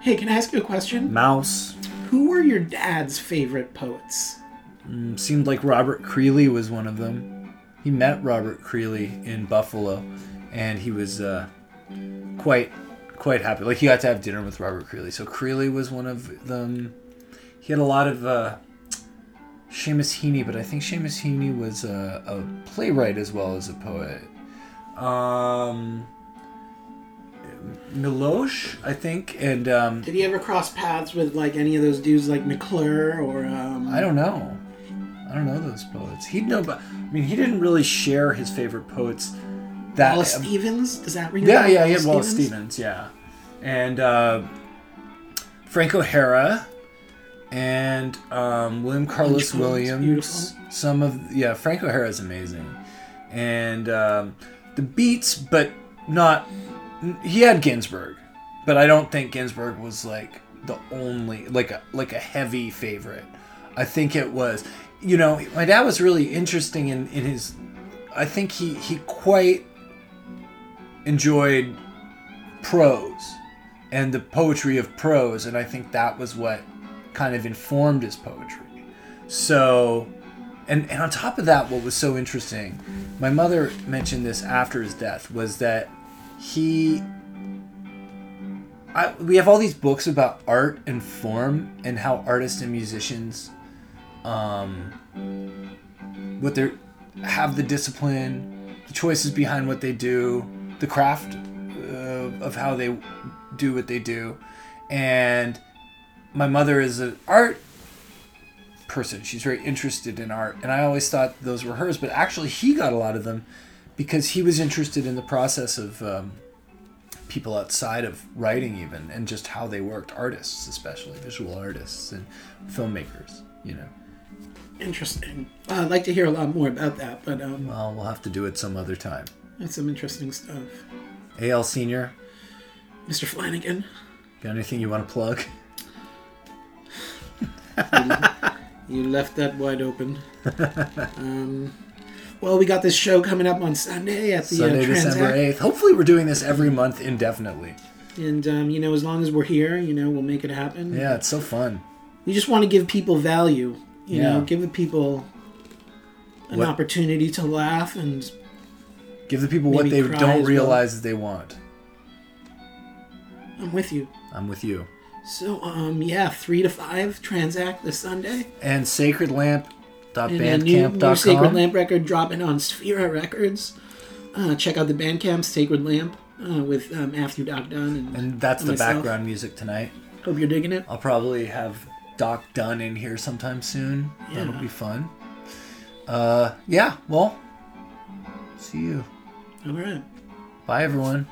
[SPEAKER 2] Hey, can I ask you a question?
[SPEAKER 1] Mouse.
[SPEAKER 2] Who were your dad's favorite poets?
[SPEAKER 1] It seemed like Robert Creeley was one of them. He met Robert Creeley in Buffalo, and he was uh, quite quite happy. Like he got to have dinner with Robert Creeley. So Creeley was one of them. He had a lot of uh, Seamus Heaney, but I think Seamus Heaney was uh, a, a playwright as well as a poet. Um, Milosh, I think, and um,
[SPEAKER 2] Did he ever cross paths with like any of those dudes like McClure or um,
[SPEAKER 1] I don't know. I don't know those poets. He'd know, but I mean, he didn't really share his favorite poets. That
[SPEAKER 2] Wallace Stevens? Does that ring? a
[SPEAKER 1] yeah,
[SPEAKER 2] bell?
[SPEAKER 1] yeah, he had Wallace Stevens, yeah, and uh, Frank O'Hara and um, William Carlos
[SPEAKER 2] Carlos,
[SPEAKER 1] Williams.
[SPEAKER 2] beautiful.
[SPEAKER 1] Some of yeah, Frank O'Hara is amazing, and um, the Beats, but not. He had Ginsberg, but I don't think Ginsberg was like the only like a like a heavy favorite. I think it was, you know, my dad was really interesting in in his. I think he he quite enjoyed prose and the poetry of prose, and I think that was what kind of informed his poetry. So, and, and on top of that, what was so interesting, my mother mentioned this after his death, was that he. I, we have all these books about art and form and how artists and musicians um, what they have the discipline, the choices behind what they do, the craft uh, of how they do what they do. And my mother is an art person. She's very interested in art, and I always thought those were hers. But actually, he got a lot of them because he was interested in the process of um, people outside of writing, even and just how they worked, artists especially, visual artists and filmmakers. You know.
[SPEAKER 2] Interesting. Uh, I'd like to hear a lot more about that, but um,
[SPEAKER 1] Well, we'll have to do it some other time.
[SPEAKER 2] that's some interesting stuff.
[SPEAKER 1] AL Senior,
[SPEAKER 2] Mr. Flanagan,
[SPEAKER 1] got anything you want to plug?
[SPEAKER 2] you left that wide open. um, well, we got this show coming up on Sunday at the
[SPEAKER 1] Sunday,
[SPEAKER 2] uh, Transact,
[SPEAKER 1] December 8th. Hopefully, we're doing this every month indefinitely.
[SPEAKER 2] and um, you know, as long as we're here, you know, we'll make it happen.
[SPEAKER 1] Yeah, it's so fun.
[SPEAKER 2] We just want to give people value. You know,
[SPEAKER 1] Yeah.
[SPEAKER 2] give the people an
[SPEAKER 1] What-
[SPEAKER 2] opportunity to laugh and
[SPEAKER 1] Give the people
[SPEAKER 2] Maybe
[SPEAKER 1] what they
[SPEAKER 2] cry as
[SPEAKER 1] don't
[SPEAKER 2] well.
[SPEAKER 1] realize that they want.
[SPEAKER 2] I'm with you.
[SPEAKER 1] I'm with you.
[SPEAKER 2] So, um, yeah, three to five transact this Sunday.
[SPEAKER 1] And
[SPEAKER 2] And a new, new Sacred
[SPEAKER 1] sacredlamp.bandcamp.com.
[SPEAKER 2] Lamp record dropping on Sphera Records. Uh, check out the Bandcamp Sacred Lamp uh, with um, Matthew Doc Dunn. And,
[SPEAKER 1] And that's the
[SPEAKER 2] myself.
[SPEAKER 1] background music tonight.
[SPEAKER 2] Hope you're digging it.
[SPEAKER 1] I'll probably have Doc Dunn in here sometime soon. That'll
[SPEAKER 2] Yeah.
[SPEAKER 1] be fun. Uh, yeah, well, see you.
[SPEAKER 2] All right.
[SPEAKER 1] Bye, everyone.